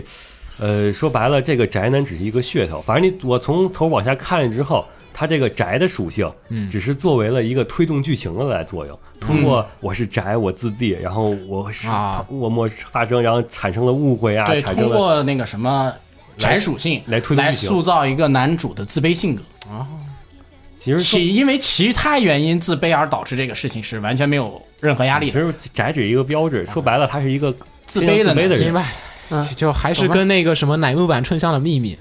呃，说白了，这个宅男只是一个噱头。反正你我从头往下看之后，他这个宅的属性，
嗯
只是作为了一个推动剧情的来作用。通过我是宅，我自闭，然后我是、
啊
我我发生，然后产生了误会啊，
对，
产
通
生了
过那个什么宅属性
来推动剧情
塑造一个男主的自卑性格。
其实说
其因为其他原因自卑而导致这个事情是完全没有任何压力
其
的。
实宅只是一个标志，说白了，他是一个
自卑
自
的
卑的
明
人，
白
嗯，
就还是
懂吧
跟那个什么乃木坂春香的秘密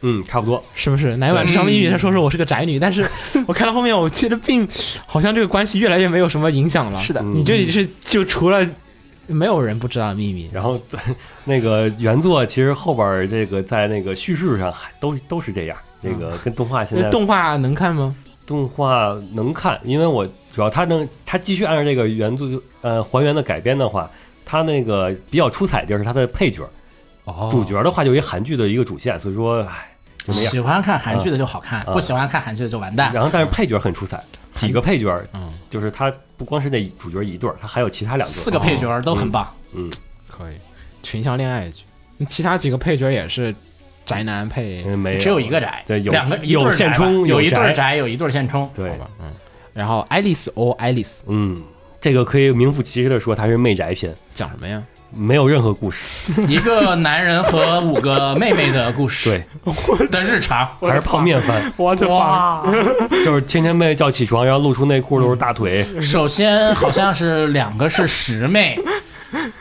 嗯，差不多。
是不是？乃木坂春香的秘密，
嗯
他说是我是个宅女，但是我看到后面，我觉得并好像这个关系越来越没有什么影响了。
是的
嗯
你这里是就除了没有人不知道的秘密，
然后在那个原作其实后边儿这个在那个叙事上还都都是这样，这个跟动画现在
那动画能看吗？
动画能看，因为我主要它能它继续按照这个原作呃还原的改编的话，它那个比较出彩的就是它的配角，
哦
主角的话就一韩剧的一个主线，所以说唉就那样。
喜欢看韩剧的就好看，
嗯
不喜欢看韩剧的就完蛋。
然后但是配角很出彩，几个配角，
嗯
就是他不光是那主角一对儿，他还有其他两对儿
四个配角都很棒，
嗯，
可以群像恋爱剧，其他几个配角也是宅男配，
嗯没
只有一个宅，
对有
两个
有
一对儿宅
现
吧
充
有一对
有
儿
宅
宅，有一对儿现充。
对
好，吧，嗯。然后爱丽丝哦，爱丽丝
嗯，这个可以名副其实的说它是媚宅片，
讲什么呀？
没有任何故事。
一个男人和五个妹妹的故事，
对，
的日常。
还是泡面番，
我的妈！
就是天天被叫起床，然后露出内裤都是大腿，
嗯
首先好像是两个是十妹，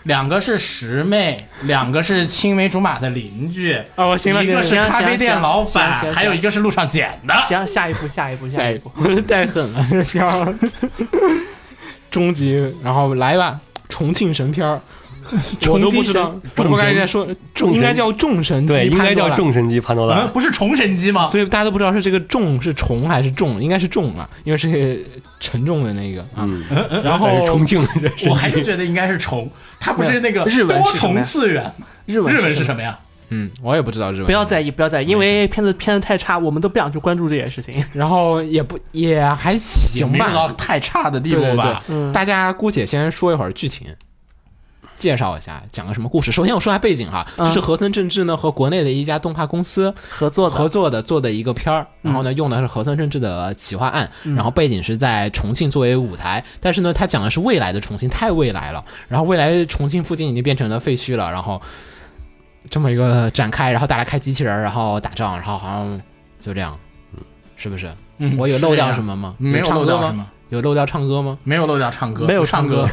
两个是十妹，两个是青梅竹马的邻居，
啊，我行了，
一
行
个
了，
是
行了
咖啡店老
行行
板，
行行
还有一个是路上捡的。
行，下一步，下一步，下
太
一步，
太狠了，这片儿。终极，然后来吧，重庆神片儿，我都不知道，我都不该再说，
众神
应该叫众神
对，
鸡
应该
潘多
叫
拉，
众神级潘多拉
嗯，。不是重神机吗？
所以大家都不知道是这个重是重还是重，应该是重啊，因为是个沉重的那个啊。
嗯，
然后
但是重庆的
哦
我
神
还是
级，
觉得应该是重，它不是那个
日文是
多
什么
重
呀
次元。
日文
日文是
么？
什么呀？
嗯，我也不知道日文。
不要在意，不要在意，因为片子片子太差，我们都不想去关注这件事情。
然后也不也还行
没有到
吧，
太差的地
对
步
对对
吧？，
嗯
大家姑且先说一会儿剧情，介绍一下讲个什么故事。首先我说一下背景哈，
嗯
这是和森正治呢和国内的一家动画公司
合作的
合作的做的一个片儿，然后呢用的是和森正治的企划案，
嗯
然后背景是在重庆作为舞台，但是呢它讲的是未来的重庆，太未来了。然后未来重庆附近已经变成了废墟了，然后这么一个展开，然后大家开机器人儿，然后打仗，然后好像就这样，是不是？
嗯
我有
是啊
漏
这样
掉什么吗？
没有
唱
漏
歌
掉什
吗
么？
有漏掉唱歌吗？
没有漏掉唱歌，
没有
不唱
唱歌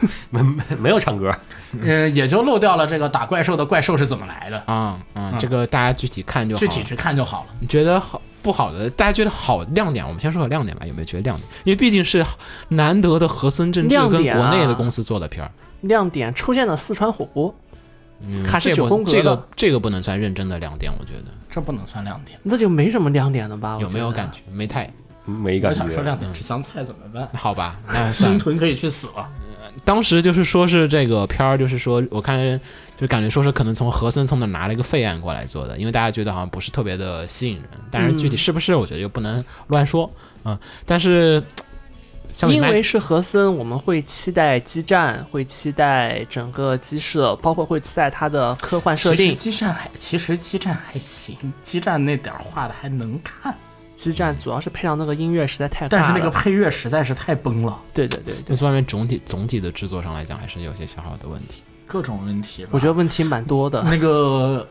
歌，
没没没有唱歌，
嗯，也就漏掉了这个打怪兽的怪兽是怎么来的，
啊啊
嗯，
这个大家具体看就好。
具体去看就好了。
你觉得好不好的，大家觉得好亮点，我们先说说亮点吧，有没有觉得亮点？因为毕竟是难得的和森正治
亮
跟
点
国
啊
内的公司做的片儿，
亮点出现了四川火锅，
嗯
卡式
这
九
不
宫格
这
的
个这个不能算认真的亮点，我觉得
这不能算亮点。
那就没什么亮点了吧？我
有没有
觉得
感？觉？没太
没
我
感
想说
觉。
亮点吃香菜怎么办？
好吧，那算
鲸
了。
豚可以去死啊了。
当时就是说是这个片儿，就是说我看就感觉说是可能从和森从那拿了一个废案过来做的，因为大家觉得好像不是特别的吸引人，但是具
嗯
体是不是我觉得就不能乱说嗯，但是像你
因
麦
为是和森，我们会期待基站，会期待整个机设，包括会期待它的科幻设
其实
定。
基站还，其实基站还行，基站那点儿画的还能看。
激战，主要是配上那个音乐实在太尬
但是那个
了
配乐实在是太崩了，
对对对对，
那从外面总体总体的制作上来讲，还是有些小小的问题。
各种问题吧。
我觉得问题蛮多的。
那 个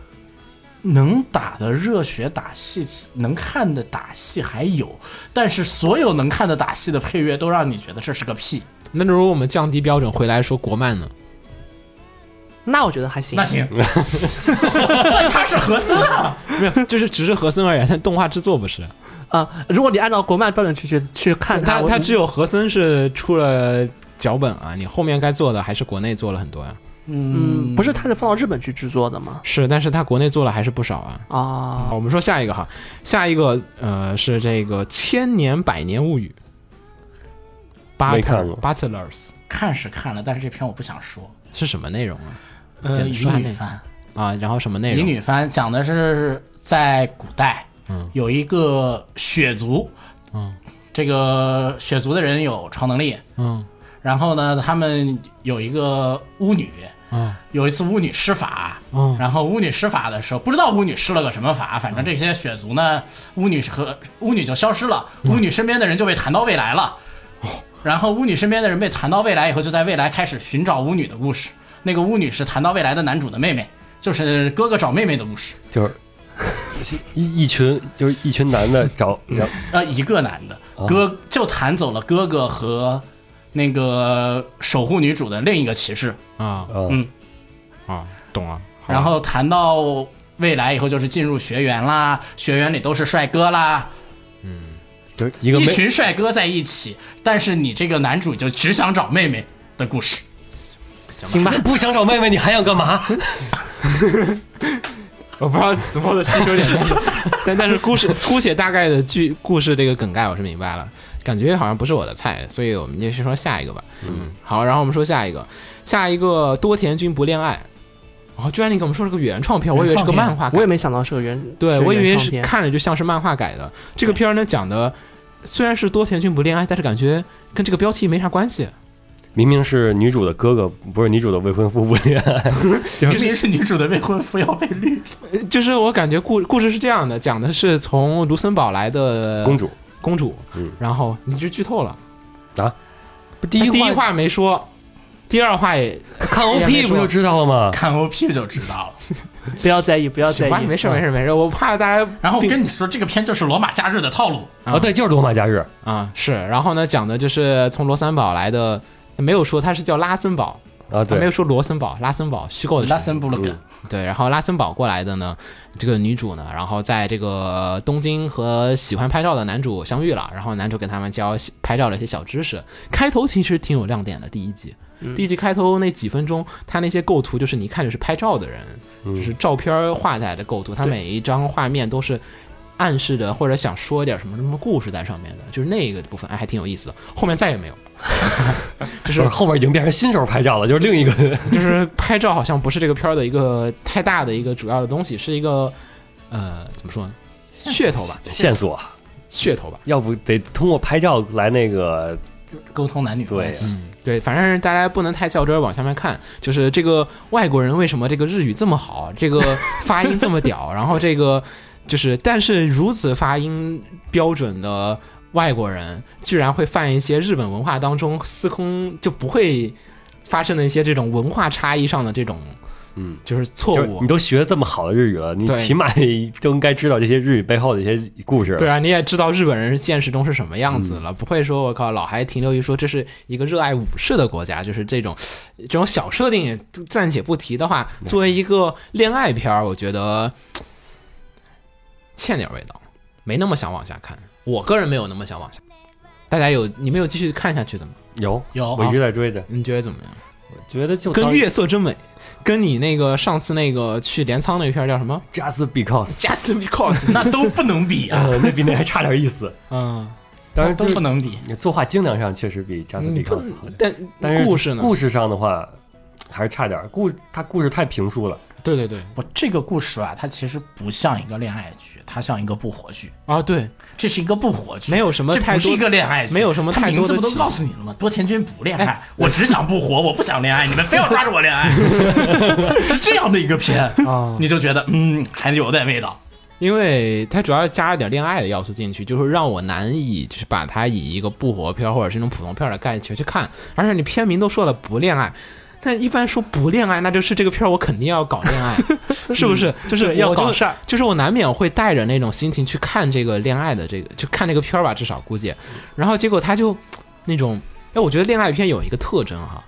能打的热血打戏，能看的打戏还有，但是所有能看的打戏的配乐都让你觉得这是个屁。
那如果我们降低标准回来说国漫呢？
那我觉得还行，
那 行，但他是和森啊，
没有， 就是只是和森而言，但动画制作不 是。
啊、如果你按照国漫标准去去去看
他
我
他只有和森是出了脚本啊，你后面该做的还是国内做了很多呀、啊
嗯，不是他是放到日本去制作的吗？
是，但是他国内做了还是不少啊。
啊、
好，我们说下一个哈，下一个呃是这个《千年百年物语》
没看过
Butler Butlers
看是看了，但是这篇我不想说。
是什么内容啊？
呃，
简
乙
说还
女
没
番，
啊，然后什么内
乙
容？
女番讲的是在古代，
嗯
有一个血族，
嗯，
这个血族的人有超能力，
嗯
然后呢，他们有一个巫女，
嗯
有一次巫女施法，
嗯
然后巫女施法的时候，不知道巫女施了个什么法，反正这些血族呢，巫女和巫女就消失了，巫女身边的人就被弹到未来了。然后巫女身边的人被弹到未来以后，就在未来开始寻找巫女的故事。那个巫女是弹到未来的男主的妹妹，就是哥哥找妹妹的故事。
就是 一一群就是一群男的找，
嗯
然后
呃，一个男的哥就弹走了哥哥和那个守护女主的另一个骑士，
啊
嗯
嗯
啊，懂了。好
然后谈到未来以后，就是进入学园啦，学园里都是帅哥啦，
就是一个
一
没
群帅哥在一起，但是你这个男主就只想找妹妹的故事。
行吧， 不想找妹妹，你还想干嘛？
我不知道子墨的需求点，但是 但但是故事姑且大概的剧故事这个梗概我是明白了，感觉好像不是我的菜，所以我们就先说下一个吧。嗯，好，然后我们说下一个，下一个多田君不恋爱。哦，居然你给我们说了个原创片，我以为是个漫画改
我也没想到是个原，
对
个
我以为
原创
是
片
看着就像是漫画改的。这个片儿呢讲的虽然是多田君不恋爱，但是感觉跟这个标题没啥关系。
明明是女主的哥哥，不是女主的未婚夫不恋爱，
明明是女主的未婚夫要被 绿，
就是我感觉故故事是这样的，讲的是从卢森堡来的
公主
公主，
嗯
然后你这剧透了。
啊，
第
一话
第一话没说，第二话也
看
也
OP
没
不
说
就知道了吗？
看 OP 就知道了。
不要在意，不
啊
要在
行吧，
意，嗯
没事没事没事，我怕大家
然后我跟你说，这个片就是罗马假日的套路，
啊
啊，对，就是罗马假日，
啊是。然后呢，讲的就是从罗森堡来的，没有说他是叫拉森堡，
啊，
他没有
对，
说罗森堡，拉森堡虚构的
拉
城市
森布鲁根。
对，然后拉森堡过来的呢，这个女主呢，然后在这个东京和喜欢拍照的男主相遇了，然后男主跟他们教拍照的一些小知识。开头其实挺有亮点的，第一集，第一集开头那几分钟，他那些构图就是你一看就是拍照的人，就是照片儿画下来的构图，他每一张画面都是。暗示着或者想说一点什么什么故事在上面的，就是那个部分，哎，还挺有意思的。后面再也没有， 就
就是
是
后边已经变成新手拍照了，就是另一个
就是拍照好像不是这个片儿的一个太大的一个主要的东西，是一个呃怎么说呢？噱头吧，
线索，
噱头吧。
要不得通过拍照来那个
沟通男女
对嗯
关系，
对，反正大家不能太较真儿往下面看，就是这个外国人为什么这个日语这么好， 这个发音这么屌，然后这个就是，但是如此发音标准的外国人，居然会犯一些日本文化当中司空就不会发生的一些这种文化差异上的这种，
嗯，
就是错
就是
误。
你都学这么好的日语了，你
对
起码都应该知道这些日语背后的一些故事。
对啊，你也知道日本人现实中是什么样子了，不会说我靠，老还停留于说这是一个热爱武士的国家，就是这种这种小设定暂且不提的话，作为一个恋爱片儿，我觉得嘖欠点味道，没那么想往下看。我个人没有那么想往下。大家有你们有继续看下去的吗？
有
有啊
我一直在追着，
你觉得怎么样？
觉得就
跟
当
《月色真美》，跟你那个上次那个去镰仓那片儿叫什么
just because，
？Just because
那都不能比啊，
呃，那比那还差点意思。
嗯，
当然
都
就是
不能比。
作画精良上确实比 just
嗯你不
because 好点，
但
但是
故事呢？
故事上的话还是差点儿，故他故事太平述了。
对对对
不，这个故事啊吧，它其实不像一个恋爱剧，它像一个不火剧。
啊，对，
这是一个不火剧，
没有什么
这
太
不
多
是一个恋爱剧，
没有什么
他
太多
名字
的哎
不都
起
告诉你了吗？多田君不恋爱，我只想不火，我不想恋爱，你们非要抓着 我恋爱，是这样的一个片
哦
你就觉得嗯还有点味道。
因为它主要加了点恋爱的要素进去，就是让我难以就是把它以一个不活片或者是那种普通片的概念去去看，而且你片名都说了不恋爱。但一般说不恋爱，那就是这个片儿我肯定要搞 恋爱，是不是？就是我
嗯对要
就
搞事儿
就是我难免会带着那种心情去看这个恋爱的这个，就看这个片儿吧，至少估计。然后结果他就那种，哎，我觉得恋爱片有一个特征哈，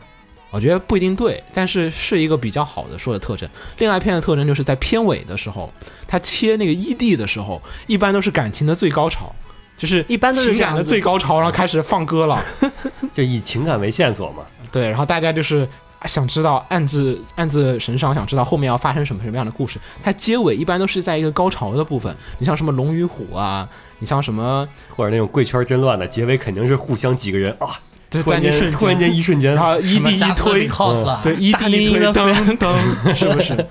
我觉得不一定对，但是是一个比较好的说的特征。恋爱片的特征就是在片尾的时候，他切那个 ED 的时候，一般都是感情的最高潮。就是
一般都是
情
这
感
样
的
子嗯
最高潮，然后开始放歌了，嗯
就以情感为线索嘛。
对，然后大家就是想知道暗自暗自神伤，想知道后面要发生什么什么样的故事。它结尾一般都是在一个高潮的部分，你像什么龙与虎啊，你像什么
或者那种贵圈真乱的，结尾肯定是互相几个人啊，
就
突
在
然
那
间
瞬
突然间一瞬间，
然后一
什么
地
加
一
特
推
里，cos 啊，
对，一
大
地
林
一
英
推，
的
噔噔，是不是？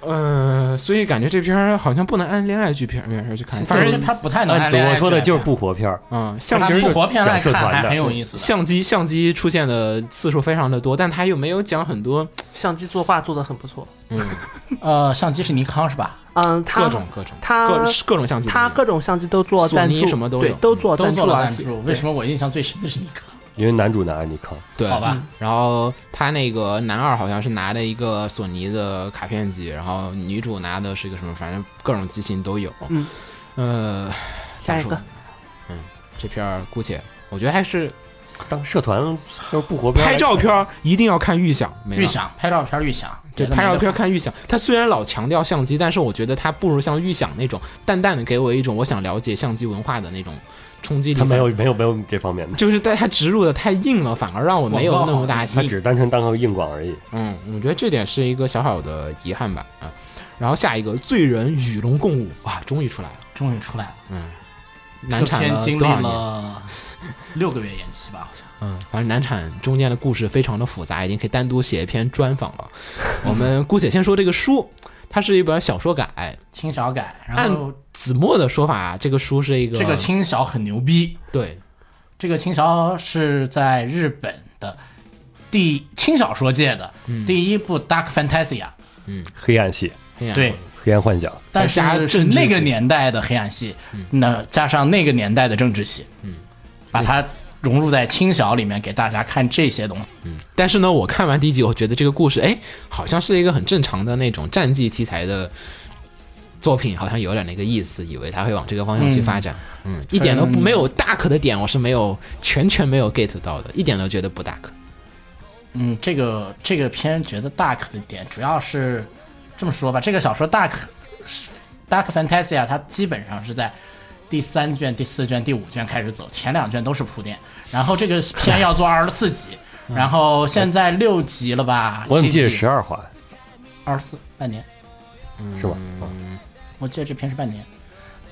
呃，所以感觉这片儿好像不能按恋爱剧片片儿去看，反
反正
正
他不太能
按
按
子
恋爱
我说的
去
就是
看
不活片儿，
嗯，相
他
机
不活片来
讲社
看
团的
还很有意思的。
相机相机出现的次数非常的多，但他又没有讲很多
相机作画做的很不错。
呃，相机是尼康是吧？
嗯，他
各种各种
他
各各种相机，
他各种相机都做赞
索尼
助，
什么都有
对，都做
都
赞
做
助啊
啊
了
而
赞
且
助，为什么我印象最深的是尼康？
因为男主拿安妮康，
对，
好吧，
然后他那个男二好像是拿了一个索尼的卡片机，然后女主拿的是一个什么，反正各种机型都有。
嗯，
呃，
下一
咋说
个
呢，嗯，这片儿姑且我觉得还是
当社团就是不活片儿
拍照片儿一定要看预想，没了
预。想拍照片，预想
对，拍照片儿看预想，他虽然老强调相机，但是我觉得他不如像预想那种淡淡的给我一种我想了解相机文化的那种冲击力。
他没有，没有没有这方面的，
就是但他植入的太硬了，反而让我没有那么大吸
他
引
只。是单纯当个硬广而已。
嗯，我觉得这点是一个小小的遗憾吧，啊。然后下一个《罪人与龙共舞》啊，终于出来了，
终于出来了。
难
这
产
片
了
经历
多少年？
了六个月延期吧，好像。
嗯，反正难产中间的故事非常的复杂，已经可以单独写一篇专访了。我们姑且先说这个书，它是一本小说改。
轻小改，然
按
后
子墨的说法，啊这个书是一个
这个轻小很牛逼，
对
这个轻小是在日本的第轻小说界的第一部 Dark Fantasia，、
黑暗系，
黑暗
对，嗯
黑暗幻想，
但是
加
是
政治
那个
系
年代的黑暗系，那加上那个年代的政治系，嗯，把它融入在轻小里面给大家看这些东西。
但是呢，我看完第一集，我觉得这个故事，哎，好像是一个很正常的那种战绩题材的作品，好像有点那个意思，以为他会往这个方向去发展，嗯，一点都不
嗯
没有大可的点，我是没有全全没有 get 到的，一点都觉得不大可。
嗯，这个这个片觉得 Dark 的点主要是这么说吧，这个小说 Dark Dark Fantasia 它基本上是在第三卷、第四卷、第五卷开始走，前两卷都是铺垫，然后这个片要做二十 四集，然后现在六集了吧？
我怎么
七
记得
集
十二话
二十四半年？
是吧？啊
我记得这片是半年，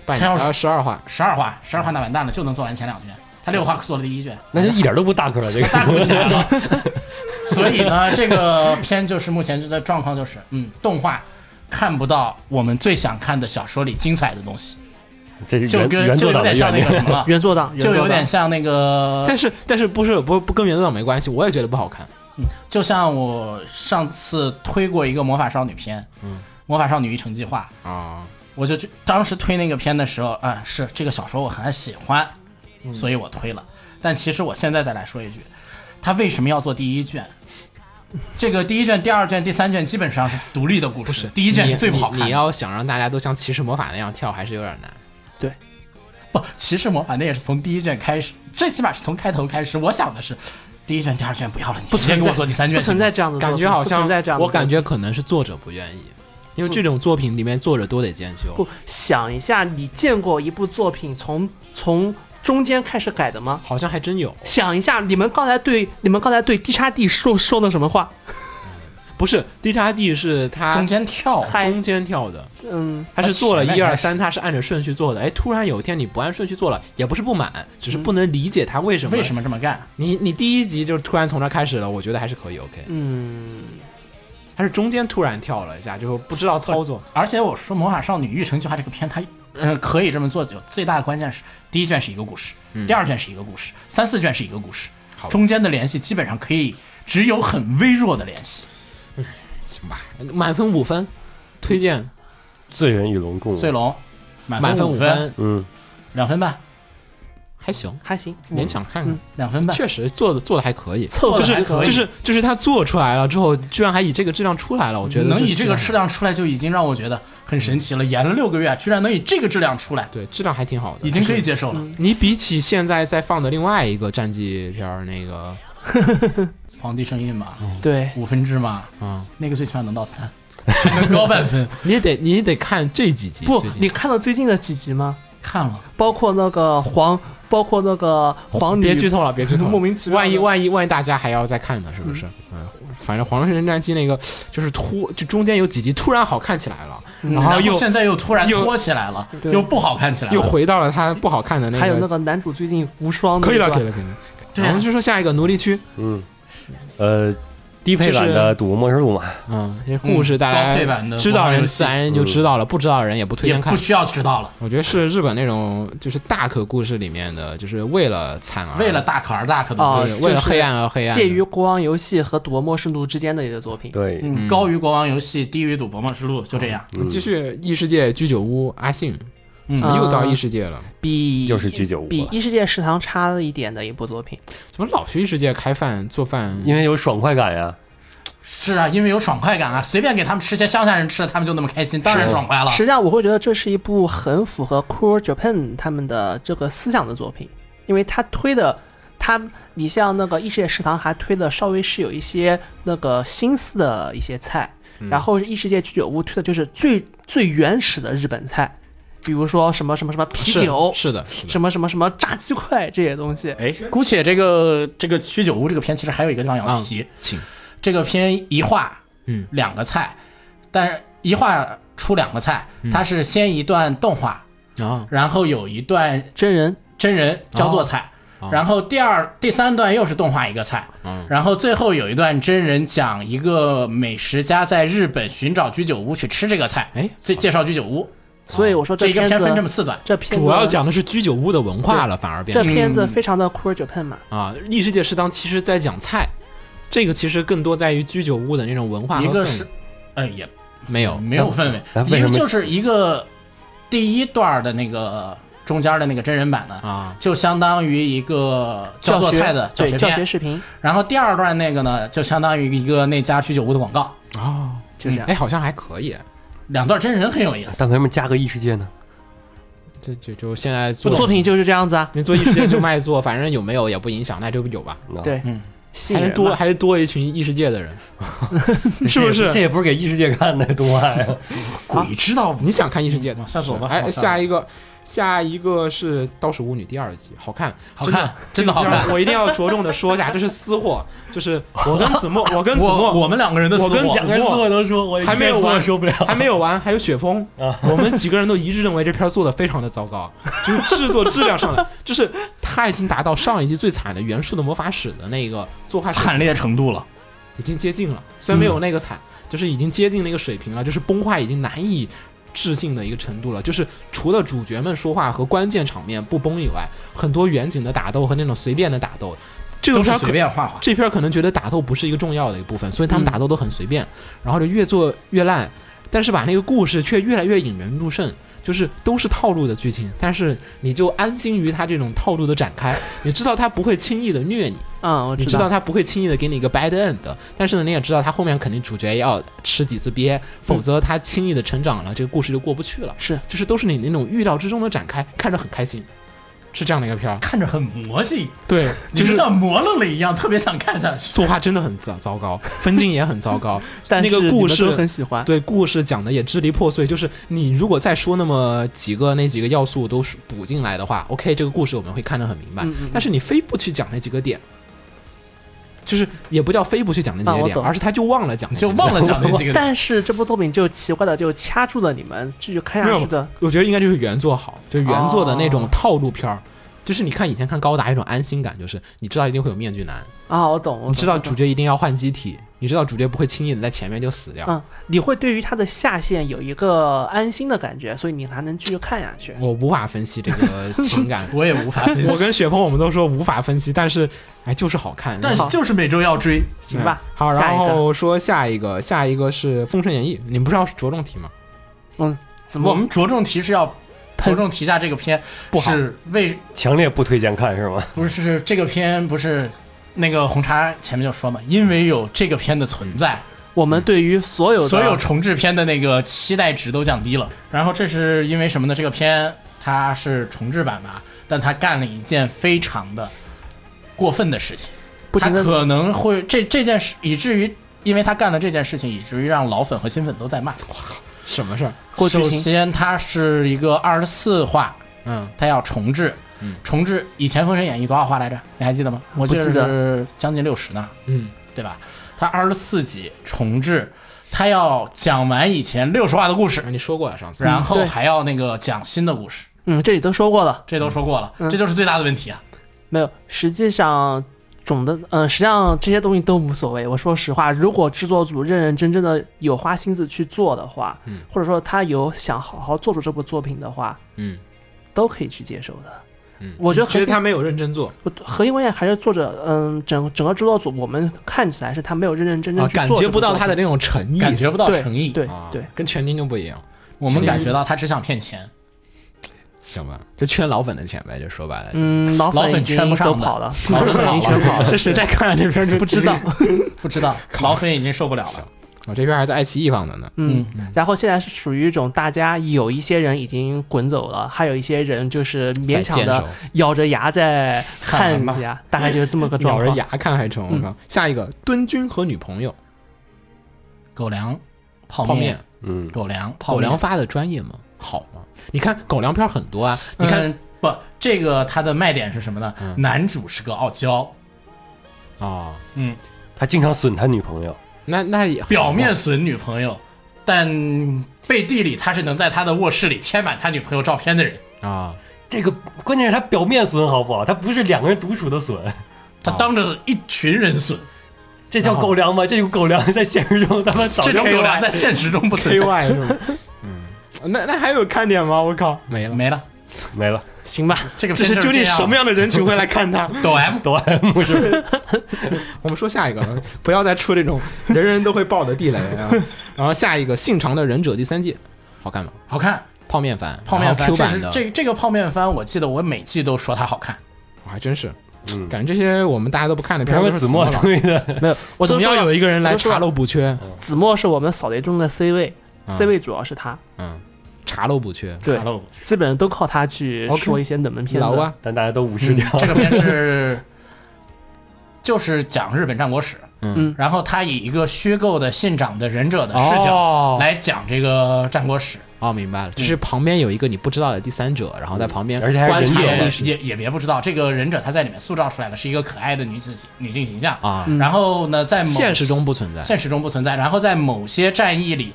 半
他要是
然后十二话，
十二话，十二话那完蛋了，就能做完前两卷，他六话做了第一卷，
那就一点都不大个了，这个
大鼓起来了。 所以呢，这个片就是目前的状况就是，嗯，动画看不到我们最想看的小说里精彩的东西，
这是
就
原
跟
原作
就有
党的
点像
怨
那个什
啊
念。
么了，
原作党
就有点
像
像那个，
但是但是不是不不跟原作党没关系，我也觉得不好看，
就像我上次推过一个魔法少女片，嗯，魔法少女育成计划，
啊，
我就去当时推那个片的时候，啊、是这个小说我很喜欢，所以我推了。但其实我现在再来说一句，他为什么要做第一卷？这个第一卷、第二卷、第三卷基本上是独立的故事，
不是
第一卷是最不好看
你
的。
你要想让大家都像骑士魔法那样跳，还是有点难。
不，骑士魔法那也是从第一卷开始，最起码是从开头开始。我想的是，第一卷、第二卷不要了，你直接
存
给
在
我做第三卷
不
行
存
吗
在这样的作
感
品，
觉好
不存
像
在这样的
我
作品，
感觉可能是作者不愿意，因为这种作品里面作者都得兼修。
不想一下，你见过一部作品从从中间开始改的吗？
好像还真有，
想一下，你们刚才对你们刚才对 D 叉 D 说说的什么话？
不是 D 叉 D 是他
中间跳，
嗨
中间跳的，
嗯，
他是做了
前面
一二
开始
三，他是按着顺序做的。哎，突然有一天你不按顺序做了，也不是不满，只
嗯
是不能理解他为什么。
为什
么？
么这么干？
你你第一集就突然从这开始了，我觉得还是可以 OK。嗯，他是中间突然跳了一下，就不知道操作。
而且我说《魔法少女育成计划》这个片，它嗯可以这么做，就最大的关键是第一卷是一个故事，第二卷是一个故事，三四卷是一个故事，
好吧
中间的联系基本上可以只有很微弱的联系。
行吧，满分五分，推荐
罪人与龙共舞
醉龙满
满
分
分五
分，
分，
嗯，
两分半，
还行，
还行，
勉强看
嗯
看，
两分半，
确实做的做的还可以。
凑合
就
还
是
可以
就是就是他做出来了之后，居然还以这嗯个质量出来了，我觉得
嗯能
就是
以这个质量出来，就已经让我觉得很神奇了。演了六个月，居然能以这个质量出来，
对质量还挺好的，
已经可以接受了。
你比起现在在放的另外一个战绩片儿，那个
皇帝圣印嘛，
嗯
对，
五分制嘛，
啊、
那个最起码能 到三，能高半分。
你也得你也得看这几集。
不
最，近
你看到最近的几集吗？
看了，
包括那个黄，包括那个黄女，
别剧透了，别剧透了，
莫名其妙的
万一万一万一大家还要再看呢，是不是？嗯，反正《黄圣战记》那个就是突就中间有几集突然好看起来了，然
然
后又
后现在又突然
又
拖起来了，
对
又不好看起来了，
又回到了他不好看的那个。
还有那个男主最近无双的
可以了，
那
可
个
以了，可以了。
对啊
然后就说下一个奴隶区，
嗯，呃，低配版
就是
的《赌博模式录》嘛，
嗯，这故事大
高
家
配版的
知道
网络游
人
戏
自然就知道了，不知道人也不推
也
荐看
不。需要知道了。
我觉得是日本那种就是大可故事里面的，就是为了惨而
为了大可而大可的
啊
东
对
西，
就是
为了黑暗而黑暗的，
介于国王游戏和夺末世录之间的一个作品。
对，嗯
嗯，高于国王游戏，低于赌博末世录，就这样。
继续异世界居酒屋阿信，
嗯
怎么又到异世界了？
比
又是居酒屋
比
了
异世界食堂差了一点的一部作品。
怎么老去异世界开饭做饭？
因为有爽快感呀，
是啊，因为有爽快感啊，随便给他们吃些乡下人吃的，他们就那么开心，当然爽
啊
快了。
实际上，我会觉得这是一部很符合 Cool Japan 他们的这个思想的作品，因为他推的，他你像那个异世界食堂还推的稍微是有一些那个新思的一些菜，
嗯
然后异世界居酒屋推的就是最最原始的日本菜，比如说什么什么什么啤
是
酒，
是的，是的。
什么什么什么炸鸡块这些东西。
哎，姑且这个这个居酒屋这个片，其实还有一个地方要
啊
提，
请
这个片一画，
嗯，
两个菜，但是一画出两个菜，
嗯
它是先一段动画，
啊，
然后有一段
真人
真人教做菜，
哦
然后第二、第三段又是动画一个菜，
嗯
然后最后有一段真人讲一个美食家在日本寻找居酒屋去吃这个菜，
哎
所以介绍居酒屋，
所以我说
哦这
这
一个
片
片
子
分这么四段，
这片子
主要讲的是居酒屋的文化了，反而变
这
成
片子非常的 Cool Japan 嘛，
啊，异世界食堂其实在讲菜，这个其实更多在于居酒屋的那种文化和
一个
氛围
是，呃，也
没有
没有氛围
那，为
一
什
个
么
就是一个第一段的那个中间的那个真人版的。
啊，
就相当于一个教做
学
菜的
对
学
教
片
学，视频
然后第二段那个呢，就相当于一个那家居酒屋的广告，
就这样
哎，。好像还可以，
两段真人很有意思。
但为什么加个异世界呢？
这就就现在做
我作品就是这样子啊，
你做异世界就卖座，反正有没有也不影响，那就有吧，
啊
对，
嗯
吸
还
引
是
人
多
嘛
还是多一群异世界的人。
是不是？这也不是给异世界看的啊动画呀。
鬼知道
你想看异世界的
往？下走吧
是哎，
往下
下一个，下一个是《刀鼠巫女》第二季，好看，
好看，真的好
第二
看。
我一定要着重的说一下，这是私货，就是我跟子墨，我跟子
我
墨
我们两个人的
我跟
私
蒋两
货
个人所有
都说，我
还没有完，
受不了。
还没有完，还有雪峰，我们几个人都一致认为这片儿做的非常的糟糕，就是制作质量上来，就是他已经达到上一季最惨的《元素的魔法使》的那个作画水平
惨烈程度了，
已经接近了，虽然没
嗯
有那个惨，就是已经接近那个水平了，就是崩坏已经难以置信的一个程度了。就是除了主角们说话和关键场面不崩以外，很多远景的打斗和那种随便的打斗，这个
都
片
是
儿可
随便画画。
这片儿可能觉得打斗不是一个重要的一部分，所以他们
嗯
打斗都很随便，然后就越做越烂，但是把那个故事却越来越引人入胜。就是都是套路的剧情，但是你就安心于他这种套路的展开，你知道他不会轻易的虐你，
嗯，我
你知道他不会轻易的给你一个 bad end，的但是呢，你也知道他后面肯定主角要吃几次鳖，
嗯
否则他轻易的成长了，这个故事就过不去了。
是，
就是都是你那种预料之中的展开，看着很开心，是这样的一个片儿。
看着很魔性，
对，就
就是
是
像魔愣了一样，特别想看下去。
作画真的很糟糟糕，分镜也很糟糕
但
那个
是
故
你们
事
都很喜欢
对故事讲的也支离破碎，就是你如果再说那么几个那几个要素都是补进来的话，OK，这个故事我们会看得很明白。
嗯嗯嗯
但是你非不去讲那几个点，就是也不叫非不去讲那几
啊
个
我
点，
懂
而是他就忘了讲那几
就
个点，
忘了讲那 几个
但是这部作品就奇怪的就掐住了你们继续看下去的，
我觉得应该就是原作好，就是原作的那种
哦
套路片儿。就是你看以前看高达有一种安心感，就是你知道一定会有面具男，
啊，我懂，我
你知
懂
道主。角一定要换机体，你知道主角不会轻易的在前面就死掉。
嗯，你会对于他的下线有一个安心的感觉，所以你还能继续看下去。
我无法分析这个情感，
我也无法分 析。
我跟雪峰我们都说无法分析，但是哎就是好看。
但是就是每周要追，
行吧，
好，
下
然
一个
后说下一个，下一个是《封神演义》，你们不是要着重提吗？
嗯，怎
我
么
们着重提示要着重提一下这个片
不好
是为
强烈不推荐看是吗？
不是这个片不是那个红茶前面就说嘛，因为有这个片的存在，
我们对于所有的啊
所有重制片的那个期待值都降低了。然后这是因为什么呢？这个片它是重制版吧，但它干了一件非常的过分的事情，
不
它
停的
可能会这这件事，以至于因为它干了这件事情，以至于让老粉和新粉都在骂。
什么事儿？
过剧
首
情，
先，它是一个二十四话，
嗯，
它要重置。重置以前《封神演义》多少话来着？你还记得吗？我
嗯不
记得
记得
是将近六十呢。
嗯，
对吧？它二十四集重置，它要讲完以前六十话的故事，
啊你说过了上次，
然后
嗯对
还要那个讲新的故事，
嗯，这里都说过了，
这都说过了，
嗯
这就是最大的问题啊。
没有，实际上总的，嗯、实际上这些东西都无所谓。我说实话，如果制作组认认真真的有花心思去做的话，
嗯
或者说他有想好好做出这部作品的话，
嗯
都可以去接受的。
嗯，
我觉得
其
核
实
心
他没有认真做
核心关键还是作者，嗯，整整个制作组，我们看起来是他没有认认真真
啊，
去做、
感觉不到他的那种诚意，
感觉不到
对
诚意，
嗯对
啊
对，
跟全金就不一样。
我们感觉到他只想骗钱。
行吧，就圈老粉的钱呗，就说白了。
嗯，老
老粉
已经
圈不上
走
的
跑了，
老粉跑
已经圈
了
跑了，
这谁在
啊
看这篇？
不知道。
不 知道，老粉已经受不了
行
了。
我这篇还在爱奇艺放的呢。
嗯，然后现在是属于一种大家有一些人已经滚走了，还有一些人就是勉强
在坚
的
守
咬着牙在看
看吧
一下，大概就是这么个状
咬着
况。嗯
牙看还成。我靠，下一个敦君和女朋友
狗粮、泡
泡
面
面、，
嗯，
狗粮、泡
狗
面
粮。发的专业吗？好吗？你看狗粮片很多啊，你看
嗯不，这个它的卖点是什么呢？
嗯
男主是个傲娇，
哦，
他经常损他女朋友，
那那也好
表面
嘛
损女朋友，但背地里他是能在他的卧室里贴满他女朋友照片的人。
啊，
这个关键是他表面损好不好？他不是两个人独处的损，
他当着一群人损，
这叫狗粮吗？这种狗粮 在现实中他妈早
这
就
种狗粮
来
在现实中不存
，K
在。
Y 是吗？ 嗯，那那还有看点吗？我靠，没了。
没了，
没了，
行吧，
这个
这是究竟什么
样？
样的人群会来看它？
抖 M
抖 M 是吧
我们说下一个了，不要再出这种人人都会爆的地雷 啊！然后下一个《信长的忍者》第三季，好看吗？
好看，
泡面番，
泡面
然
番
后 Q
这
版
是
的，
这这个泡面番，我记得我每季都说它 好看。
我还真是，
嗯
感觉这些我们大家都不看的片
然
儿
后
都是
子墨
老
推的，
没有，我
总
都说
要
了
有一个人来
都说
查
了
漏补缺，
子墨是我们扫雷中的 C 位、
嗯
c 位主要是他，
嗯，查漏补缺，
对
查漏补，
基本上都靠他去
OK
说一些冷门片子。
老啊，
但大家都无视掉。
嗯这个片是就是讲日本战国史，
嗯
然后他以一个虚构的信长的忍者的视
哦
角来讲这个战国史，
哦，明白了，就是旁边有一个你不知道的第三者，然后在旁边
而且还是
观察
人
历
也
史
也也别不知道这个忍者他在里面塑造出来的是一个可爱的女子形女性形象
啊，
然后呢，在某
现实中不存在，
现实中不存在，然后在某些战役里，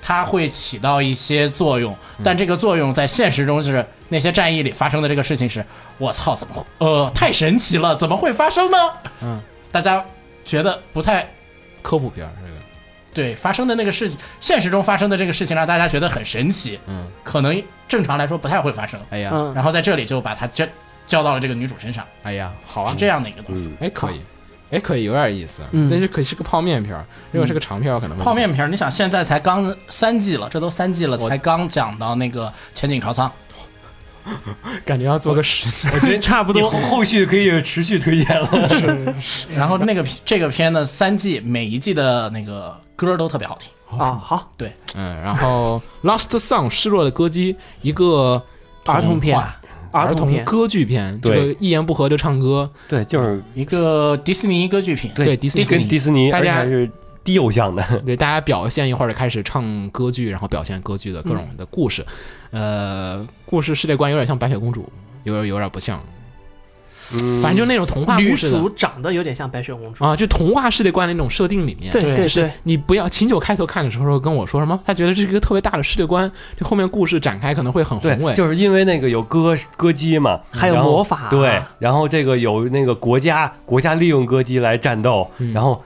它会起到一些作用，
嗯
但这个作用在现实中是那些战役里发生的这个事情是，我操，怎么会？呃，太神奇了，怎么会发生呢？
嗯，
大家觉得不太
科普片儿这个，
对，发生的那个事情，现实中发生的这个事情让大家觉得很神奇，
嗯，
可能正常来说不太会发生，
哎呀，
嗯，
然后在这里就把它交交到了这个女主身上，
哎呀，好啊
是，这样的一个东西。
嗯，
哎可以，哎可以，有点意思，
嗯
但是可是个泡面片儿，如果是个长片儿可能会
泡面片儿，你想现在才刚三季了，这都三季了，
我
才刚讲到那个前景朝仓，
感觉要做个十次，
我觉得差不多，后续可以持续推荐了。
然后那个这个片呢，三季每一季的那个歌都特别好听，
啊，好，
对，
嗯，然后 Lost Song 失落的歌姬，一个
儿童片，儿
儿
童
童
片，
歌剧片，这
对
个一言不合就唱 歌，
对，就是
一个迪士尼歌剧片，
对迪士尼
跟迪士尼，
大
而且
家
还是低偶像的。
对，大家表现一会儿就开始唱歌剧，然后表现歌剧的各种的故事，呃，故事世界观有点像白雪公主，有点有点不像，
嗯
反正就那种童话
女
故事
主
的
长得有点像白雪公主，
啊，就童话世界观的那种设定里面。
对
对
对
就是
对，
你不要秦九开头看的时候跟我说什么，他觉得这是一个特别大的世界观，这后面故事展开可能会很宏伟
对，。就是因为那个有歌歌姬嘛，
还有
然后
魔法
对，然后这个有那个国家国家利用歌姬来战斗，然后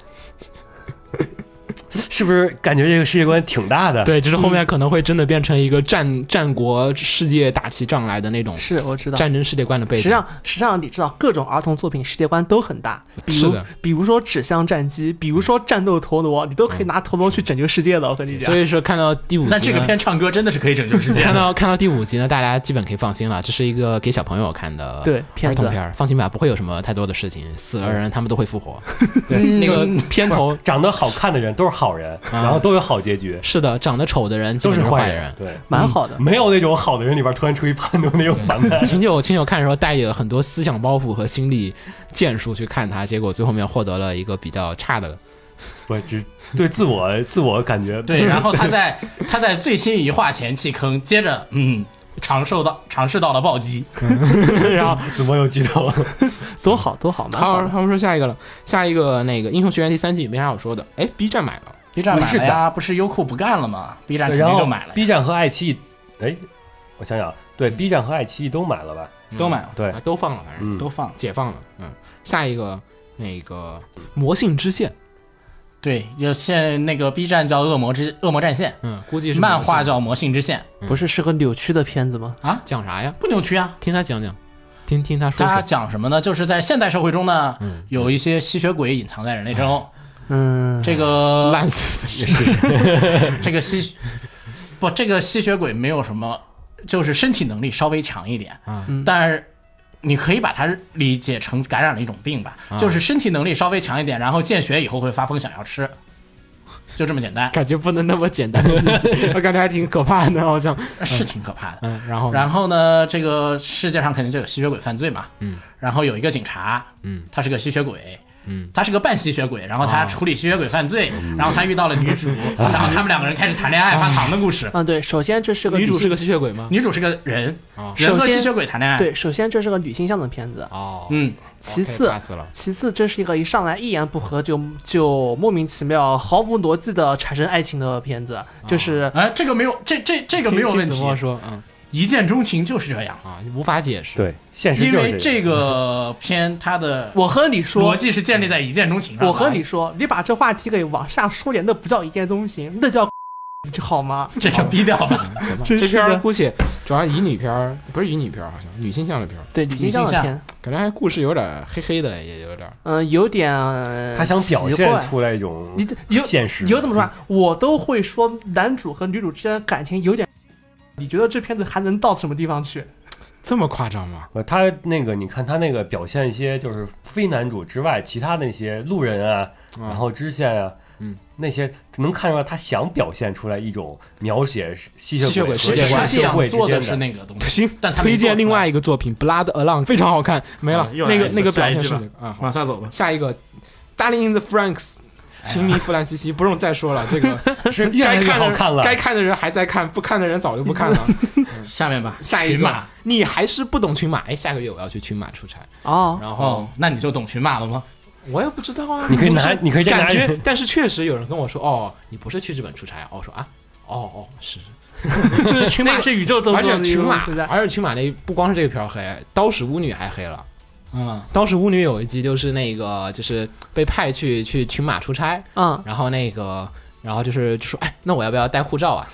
是不是感觉这个世界观挺大的？，
对，就是后面可能会真的变成一个战战国世界打起仗来的那种
是我知道。
战争世界观的背
实际
景。
上，实际上你知道，各种儿童作品世界观都很大，比
是
如
的
比如说《纸箱战机》，比如说《战斗陀螺》，你都可以拿陀螺去拯救世界的。我跟你讲
嗯所，以说看到第五集呢，
那这个片唱歌真的是可以拯救世界
看。到看到第五集呢，大家基本可以放心了，这是一个给小朋友看的
对片
儿童
子
片儿，放心吧，不会有什么太多的事情，死了人他们都会复活。对，那个
嗯
片头
长得好看的人都是好人，然后都有好结局，
是的，长得丑的人基
都
本
是
都
坏
人。
对，
蛮好的。
没有那种好的人里边突然出一叛徒那种反 派。
秦九秦九看的时候带有很多思想包袱和心理建树去看它，结果最后面获得了一个比较差的。
我只对自我自我感觉
对，然后他在 他在最新一话前弃坑，接着嗯尝受到尝试到了暴击，
然后子墨又激动，
多好多好，蛮好
好，
的。
他们说下一个了，下一个那个《英雄学院》第三季没啥好说的，哎，B 站买了，
B 站买
是
了
的
呀，不是优酷不干了吗？B 站肯
然
定就
后
买了呀，
B 站和爱奇艺，哎，我想想，对 B 站和爱奇艺都买了吧？
都买了，
对
啊，，都放了，反正
嗯
都放了。
解放了。嗯，下一个那个《魔性之线》，
对，就现那个 B 站叫《恶魔之恶魔战线
嗯，估计》，是
漫画
叫
叫《魔性之线
不是是个扭曲的片子吗？》
讲啥呀？
不扭曲啊。
听他讲讲，听听他说
它
说。
讲什么呢？就是在现代社会中呢，有一些吸血鬼隐藏在人类中。
嗯，
这个
烂死的也是，
这个吸，不，这个吸血鬼没有什么，就是身体能力稍微强一点，
嗯
但是你可以把它理解成感染了一种病吧，就是身体能力稍微强一点，然后见血以后会发疯想要吃，就这么简单，
感觉不能那么简单的理解，我感觉还挺可怕的，好像。
是挺可怕的。
嗯，然后呢
然后呢，这个世界上肯定就有吸血鬼犯罪嘛。
嗯。
然后有一个警察，
嗯，
他是个吸血鬼，
嗯，哦
他是个半吸血鬼，然后他处理吸血鬼犯罪，然后他遇到了女主，
嗯
然后他们两个人开始谈恋爱发糖的故事。
嗯，对，首先这是个
女主
性
是个吸血鬼吗？
女主是个人，人
首
和
先
吸血鬼谈恋爱。，
对，首先这是个女性向的片子，
哦，
嗯，
其次
pass 了
其次这是一个一上来一言不合就就莫名其妙、毫无逻辑的产生爱情的片
啊
子，就是
哎，这个没有，这这这个没有问题
听子，墨说，嗯
一见钟情就是这样。
啊，无法解释。
对，现实
因
就是
为这个片它的
我和你说
逻。辑是建立在一见钟情上的。
我和你说，你把这话题给往下说点，那不叫一见钟情，那叫 好吗？
这就逼掉吧。
这片儿估计主要乙女片儿，不是乙女片儿，好像女性向的片儿，
对，女性向
女性
的
向
片，
感觉还故事有点黑黑的，也有点。
嗯、有点呃
他想表
奇
现
怪
出来一种
你有
现实，
你就这么说，啊，我都会说男主和女主之间的感情有点，你觉得这片子还能到什么地方去？
这么夸张 吗？
呃，他那个，你看他那个表现一些就是非男主之外，其他那些路人啊，然后支线啊，
嗯，
那些能看出来他想表现出来一种描写吸
吸血
血
鬼
鬼
世
和
界观
他
社
想
会之
做
间
的
的
是那个东西。
行，
但他没
推荐
做
另外一个作品《Blood Along》，非常好看，没了
啊。又来
那个
一次
那个表
下一
现
句
是
吧
那个啊，
往下走吧。
下一个《Darling in the Franks》，情迷弗兰西西，不用再说了，这个
是越来
该
越
看的
好
人
看了。
该看的人还在看，不看的人早就不看了。
下面吧，
下一
群
个
马。，
你还是不懂群马。哎，下个月我要去群马出差，
哦，
然后
哦，那你就懂群马了吗？
我也不知道啊。
你可以
不是
拿你可以再拿
感觉， 但是确实有人跟我说，哦，你不是去日本出差啊？哦我说啊，哦哦是。
群马是宇宙中
而且
的
群马
现在，
而且群马那不光是这个片儿黑，刀使巫女还黑了。
嗯，
刀使巫女有一集就是那个就是被派去去群马出差，
嗯，
然后那个。然后就是就说，哎，那我要不要带护照啊？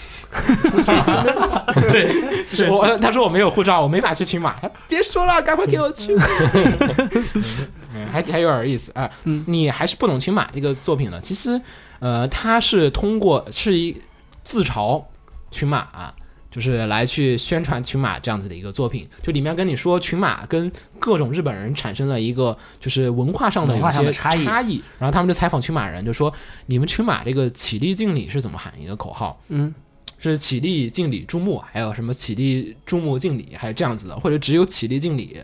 对，就是我。他说我没有护照，我没法去群马。别说了，赶快给我去。 嗯还还有点意思啊。你还是不懂群马这个作品呢。其实，呃，他是通过是一自嘲群马、就是来去宣传群马这样子的一个作品，就里面跟你说群马跟各种日本人产生了一个就是文化上的
文
有
化上
些
的差异
然后他们就采访群马人，就说你们群马这个起立敬礼是怎么喊一个口号？
嗯，
是起立敬礼注目，还有什么起立注目敬礼，还有这样子的，或者只有起立敬礼。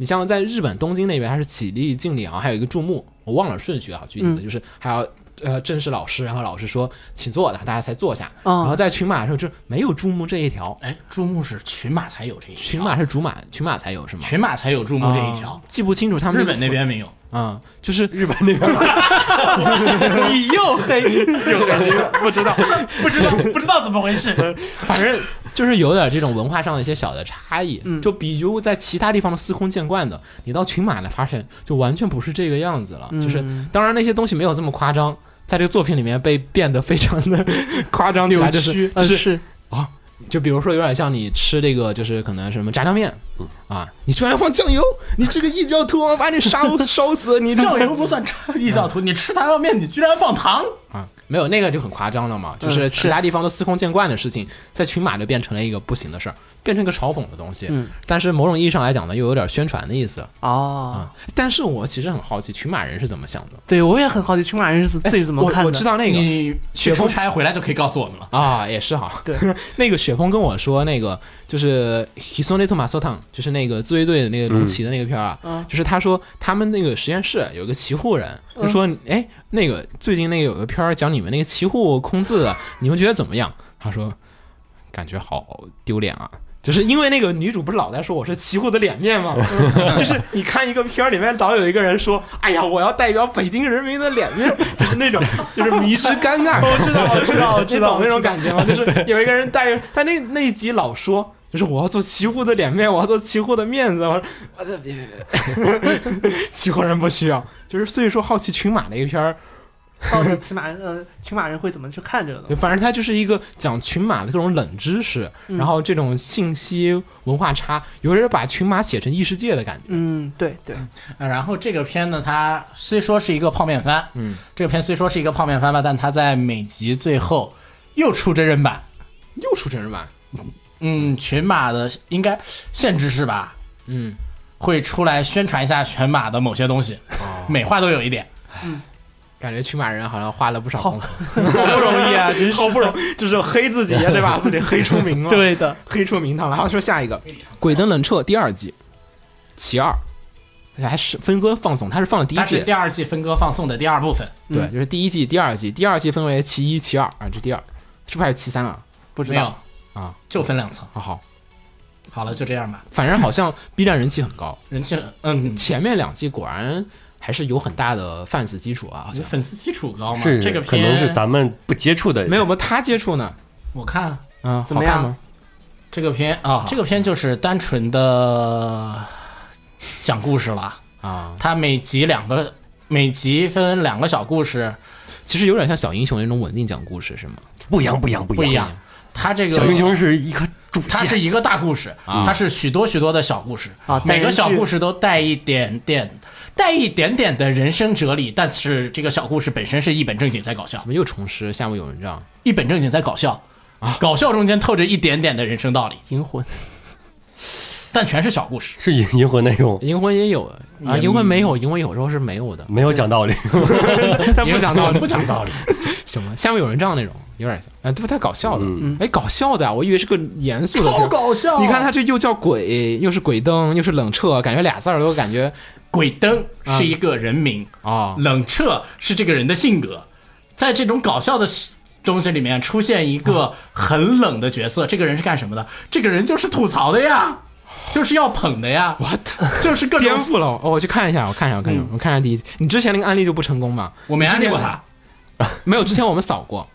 你像在日本东京那边，它是起立敬礼，然后还有一个注目，我忘了顺序啊，具体的
嗯
就是还要呃正式老师，然后老师说请坐，然后大家才坐下。
哦
然后在群马的时候就没有注目这一条，
哎，注目是群马才有这一条，
群马是竹马，群马才有是吗？
群马才有注目这一
啊
条，
记不清楚他们
日本那边没有。
啊、嗯，就是日本
你又 黑，
不知道，
不知道 不知道怎么回事，
反正就是有点这种文化上的一些小的差异，
嗯
就比如在其他地方的司空见惯的，
嗯
你到群马来发现就完全不是这个样子了，就是当然那些东西没有这么夸张，在这个作品里面被变得非常的 夸张起
扭
来，就
曲
是
呃
就是
是
就比如说有点像你吃这个，就是可能什么炸酱面，啊，你居然放酱油，你这个异教徒，我把你杀烧 死，你这
酱油不算异教徒，你吃糖酱面你居然放糖，
啊，没有那个就很夸张了
嗯
嘛，就是其他地方都司空见惯的事情，在群马就变成了一个不行的事儿，变成一个嘲讽的东西。
嗯，
但是某种意义上来讲呢，又有点宣传的意思
哦，
啊。但是我其实很好奇群马人是怎么想的，
对我也很好奇群马人是自自己怎么
我
看的。
我知道那个
你去出差回来就可以告诉我们了。
啊，也是哈。
对，
那个雪峰跟我说，那个就是 Hisoneto m a s o t a n 就是那个自卫队的那个龙骑的那个片儿啊，
嗯
就是他说他们那个实验室有一个骑护人，就说哎，那个最近那个有个片儿讲你们那个骑护空字的，你们觉得怎么样？他说感觉好丢脸啊。就是因为那个女主不是老在说我是骑护的脸面吗？
嗯
就是你看一个片儿里面导有一个人说：“哎呀，我要代表北京人民的脸面。”就是那种就是迷之尴尬。
哦
我知道，我知道，我知 道，你懂那种感觉吗？就是有一个人带着他那那一集老说。就是我要做骑户的脸面，我要做骑户的面子。我说，我的别别 别，骑户人不需要。就是所以说，好奇群马那一篇儿，
到底群马人呃群马人会怎么去看这个东
对，
西？
反正它就是一个讲群马的各种冷知识，然后这种信息文化差，有人把群马写成异世界的感觉。
嗯，对对，
呃然后这个片呢，它虽说是一个泡面番，
嗯，
这个片虽说是一个泡面番吧，但它在每集最后又出真人版。
又出真人版，
嗯，群马的应该限制是吧？
嗯，
会出来宣传一下群马的某些东西， 每话都有一点。
感觉群马人好像花了不少功夫，
不容易啊，真
好不容易就是黑自己呀，对吧？自己黑出名了，，
对的，
黑出名堂了。然后说下一个《鬼灯冷彻》第二季，其二，还是分割放送，它是放了第一
它是
季嗯
第，二季分割放送的第二部分，
对，就是第一季、第二季，第二季分为其一、其二啊，这第二是不是还是其三啊？
不知
没有
道
啊，
就分两层。
好好，
好了，就这样吧。
反正好像 B 站人气很高，
人气，嗯，
前面两季果然还是有很大的 fans 基础啊，好像
粉丝基础高嘛。
是
这个
可
片
能是咱们不接触的人，
没有吗？他接触呢，
我看
嗯，
怎
好
么
看
样
吗？
这个片啊，这个片就是单纯的讲故事了。
啊，
它每集两个，每集分两个小故事，
其实有点像小英雄那种稳定讲故事，是吗？
不一样，不一样，不
不
一
一样。。它这个
小英雄是一颗主
它是
线，
一个大故事，它是许多许多的小故事
啊
每个小
单元剧
故事都带一点点，带一点点的人生哲理，但是这个小故事本身是一本正经在搞笑
怎，么又重施下面有人账？
一本正经在搞笑，
啊
搞笑中间透着一点点的人生道理，
银魂，
但全是小故事。
是银银魂那种，。
银魂也有啊，银魂没有，银魂有时候是没有 的
没有讲道理。
他 不讲道理，
不讲道理，
什么下面有人账那种，有点像。哎，这不太搞笑的，哎，搞笑的啊，我以为是个严肃的。
嗯超搞笑啊
你看他这又叫鬼，又是鬼灯，又是冷彻，感觉俩字儿都感觉
鬼灯是一个人名，
啊，
冷彻是这个人的性格，在这种搞笑的东西里面出现一个
啊
很冷的角色，这个人是干什么的？这个人就是吐槽的呀，就是要捧的呀，what？就是各
颠
种。嗯
覆了我。哦，我去看一下，我看一下，我看一下，我看一下第一集。你之前那个案例就不成功嘛？
我没安利过
啊
他，
没有，之前我们扫过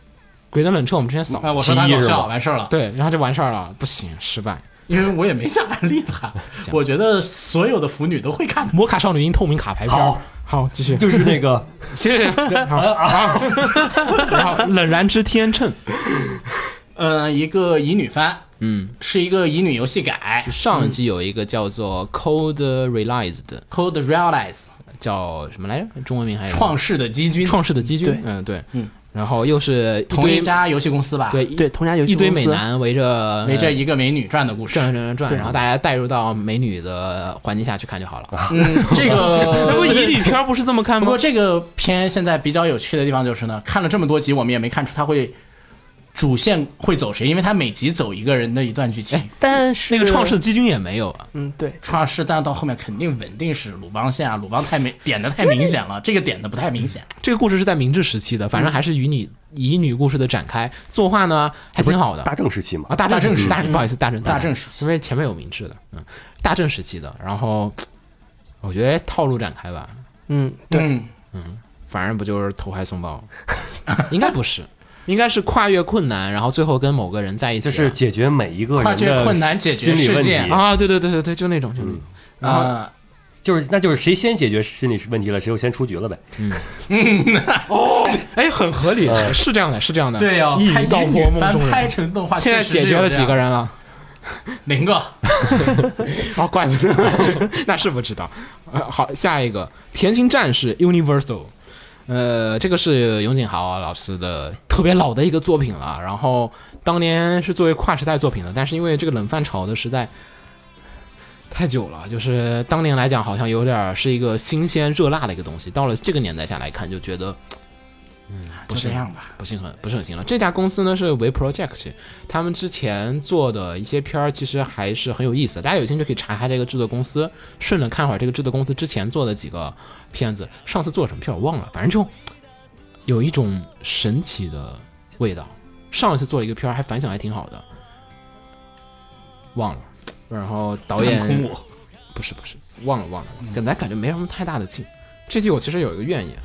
鬼灯冷彻，我们之前扫
哎，
过。
我说他搞
奇异是吧
笑，完事儿了，
对，然后就完事儿了，不行，失败。
因为我也没想安利他。我觉得所有的腐女都会看的。
摩卡少女樱透明卡牌片儿。
好
好，继续。
就是那个啊
行行行， 好，好然后冷然之天秤，
嗯，一个乙女番
嗯，
是一个乙女游戏改
上一集有一个叫做 Cold Realized 的，
，Cold Realize
叫什么来着？中文名还有
创世的基军，
嗯创世的基
对
军，嗯对，
嗯，
然后又是一
同
堆
一家游戏公司吧？，
对
对，同家游戏
一堆
公
美
司，
男围着
围着
呃
一个美女转的故事。
转转转转，
对
然后大家带入到美女的环境下去看就好了。
嗯，这个
女片不是这么看
不过？这个片现在比较有趣的地方就是呢，看了这么多集，我们也没看出它会主线会走谁，因为它每集走一个人的一段剧
哎
情。
但是
那个创世，基军也没有啊，
嗯，对，
创世，但到后面肯定稳定是鲁邦线啊，鲁邦太明点的太明显了，这个点的不太明显。
这个故事是在明治时期的，反正
嗯
还是以女以女故事的展开，作画呢还挺好的
大正时期嘛
啊。，大
大正
正
时
大
期
不好意思，大正
大正时期
因为前面有明治的，嗯，大正时期的，然后我觉得套路展开吧，
嗯，对，
嗯，
反正不就是投怀送抱， 应该不是，应该是跨越困难，然后最后跟某个人在一起
就
啊，
是解决每一个人
跨
的
越困难解决
心理问
事
题啊
件
啊，对对对对对，就那种，就那种，然后
呃
就是那就是谁先解决心理问题了，谁就先出局了呗。
哎，很合理，是这样的，是这样的。
对呀，
一
拍
语道破梦中
拍
人。
成动画，
现在解决了几个
人？
人了？
零个。
哦，怪不得， 那是不知道。呃，好，下一个《甜心战士 Universal》，呃，这个是永井豪老师的特别老的一个作品了。啊然后当年是作为跨时代作品的，但是因为这个冷饭炒的时代太久了，就是当年来讲好像有点儿是一个新鲜热辣的一个东西。到了这个年代下来看，就觉得
就
不是
这样吧。
不是很不是很行了。这家公司呢是为 Project，他们之前做的一些片儿其实还是很有意思的，大家有兴趣可以查一下这个制作公司，顺着看会儿这个制作公司之前做的几个片子，上次做什么片儿我忘了，反正就有一种神奇的味道。上一次做了一个片儿，还反响还挺好的，忘了。然后导演
空我，
不是不是忘了忘了，忘了感咱感觉没什么太大的劲。这季我其实有一个怨言，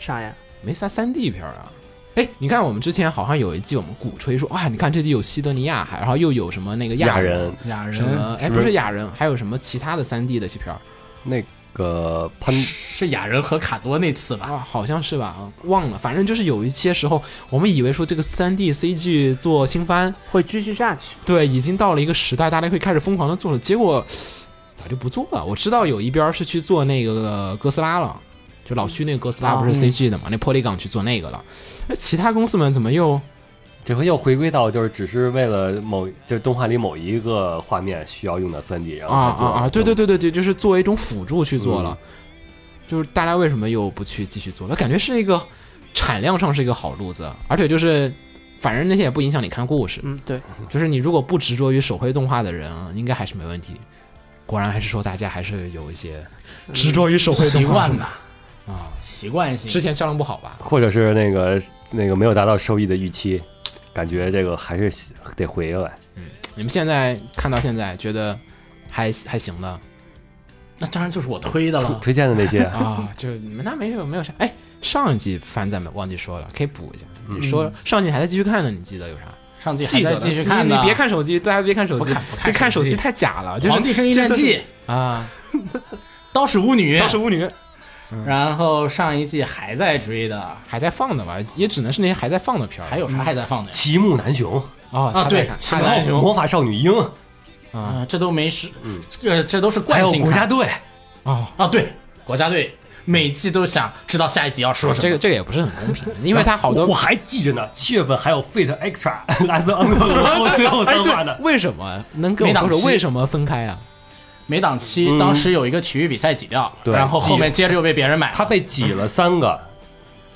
啥呀？
没啥三 D 片儿啊。哎，你看我们之前好像有一季我们鼓吹说，啊，你看这季有西德尼亚海，然后又有什么那个
亚
人
人，
俩
什
人嗯
么哎
是
不
不是
是亚人，还有什么其他的三 D 的戏片儿
那个潘
是雅人和卡多那次吧？
啊，好像是吧，啊忘了，反正就是有一些时候我们以为说这个三 D CG 做新番，
会继续下去。
对，已经到了一个时代，大家会开始疯狂的做了，结果早就不做了。我知道有一边儿是去做那个哥斯拉了，就老徐那个哥斯拉不是 CG 的嘛，那 Polygon 去做那个了，那其他公司们怎么又？
这回又回归到就是只是为了某就是动画里某一个画面需要用到三 D，然后
啊
才
啊
做
啊！对对对对对，就是作为一种辅助去做了，就是大家为什么又不去继续做了？感觉是一个产量上是一个好路子，而且就是反正那些也不影响你看故事，
嗯，对，
就是你如果不执着于手绘动画的人，啊应该还是没问题。果然还是说大家还是有一些嗯执着于手绘
习
动画
惯吧，
啊，
习惯性。
之前销量不好吧？
或者是那个那个没有达到收益的预期，感觉这个还是得回来。
你们现在看到现在觉得还还行的
那当然就是我推的了。
推荐的那些
啊，就是你们那没有没有啥？哎，上一季番咱们忘记说了，可以补一下。你说上一季还在继续看呢，你记得有啥？
上季还
记得
在
的
继续看
你
呢
你别看手机，大家别看手
不
机
看不，看
这看手
手
机
机
太假了，
《
就是
皇帝圣衣
这
战
都是
记》《
啊，
刀使巫女》
当时巫女嗯
然后上一季还在追的，
还在放的吧，也只能是那些还在放的片儿。
还有啥还在放的呀？
奇木南雄、
哦
啊，对，
他
奇
在
门
看
大雄
魔法少女樱，
啊，这都没事，
嗯
这这都是惯性看。
队，
哦，
啊，对，国家队每季都想知道下一集要说什么。
这个这个也不是很公平，因哎为他好多
我还记着呢。七月份还有 Fate Extra 拉斯昂克 鲁后最后三话呢。
为什么能跟我
没
说
档
说
期
为什么分开啊？
每档期当时有一个体育比赛挤掉，
嗯对
然后后面接着又被别人买了。
他被挤了三个，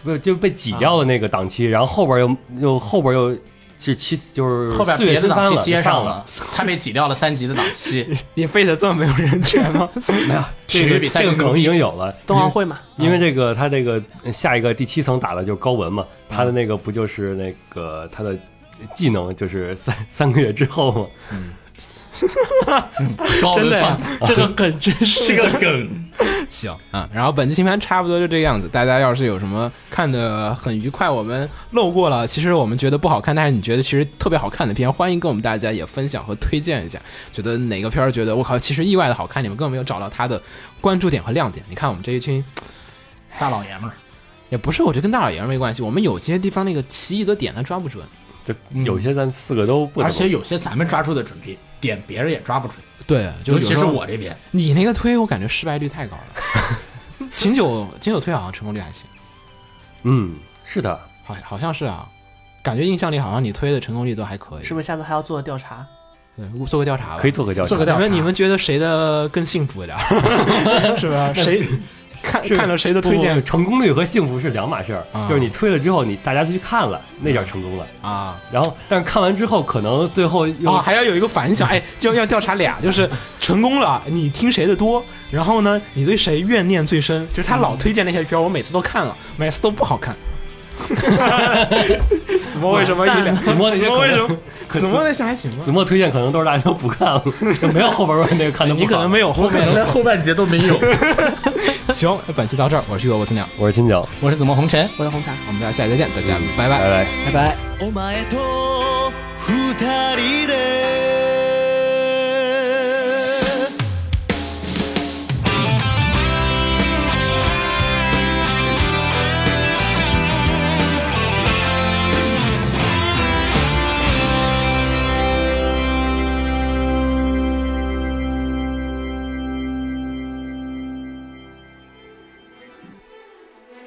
不就被挤掉了那个档期，然后后边又又后边又是七就是
后边
四月
别的
新番
档期
了
接
上
了， 他被挤掉了三级的档期。
你费的这么没有人权 吗？
体育比赛
这个
更牛
梗已
逼嗯
经有了。
冬奥会嘛，
因为这个，他这个下一个第七层打的就是高文嘛，他的
嗯
那个不就是那个他的技能就是三三个月之后嘛，
高
真
温
的呀
放 弃，
这个梗真是
这个梗。
行啊，然后本期新番差不多就这个样子。大家要是有什么看的很愉快，我们漏过了，其实我们觉得不好看，但是你觉得其实特别好看的片，欢迎跟我们大家也分享和推荐一下。觉得哪个片儿觉得我靠，其实意外的好看，你们根本没有找到它的关注点和亮点。你看我们这一群
大老爷们儿，
也不是，我觉得跟大老爷们儿没关系，我们有些地方那个奇异的点他抓不准。
就有些咱四个都不怎么
嗯而且有些咱们抓住的准备点，别人也抓不准，
对，就
尤
有时
其是
候
我这边。
你那个推，我感觉失败率太高了。 秦九秦九推好像成功率还行。
嗯，是的，
好好像是啊，感觉印象里好像你推的成功率都还可以，
是不是下次还要做调查？
对，做个调查吧，
可以做个调
做
查
个。调查
你们你们觉得谁的更幸福一点？ 是吧？谁看
是
看了谁的
不
推
不
荐
不成功率和幸福是两码事儿
啊，
就是你推了之后，你大家去看了，那叫成功了。
啊？
然后，但是看完之后，可能最后
哦，
又
还要有一个反响，哎，就要调查俩，就是成功了，你听谁的多，然后呢，你对谁怨念最深？就是他老推荐那些片儿，我每次都看了，每次都不好看。 子墨为什么一脸？
子墨那些
子墨
可
为
能
什么？子墨那些还行吧
子？墨推荐，可能都是大家都不看 了，就没有后边儿那个看的不好。
你可能没有后面
连后半截都没 有。
行，本期到这儿，我是我我思鸟，
我是秦九，
我是怎么红尘，
我的红茶，
我们大家下期再见，大家拜拜
拜。拜。
拜拜。
お前と二人で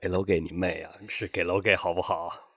给楼给你妹啊！是给楼给好不好？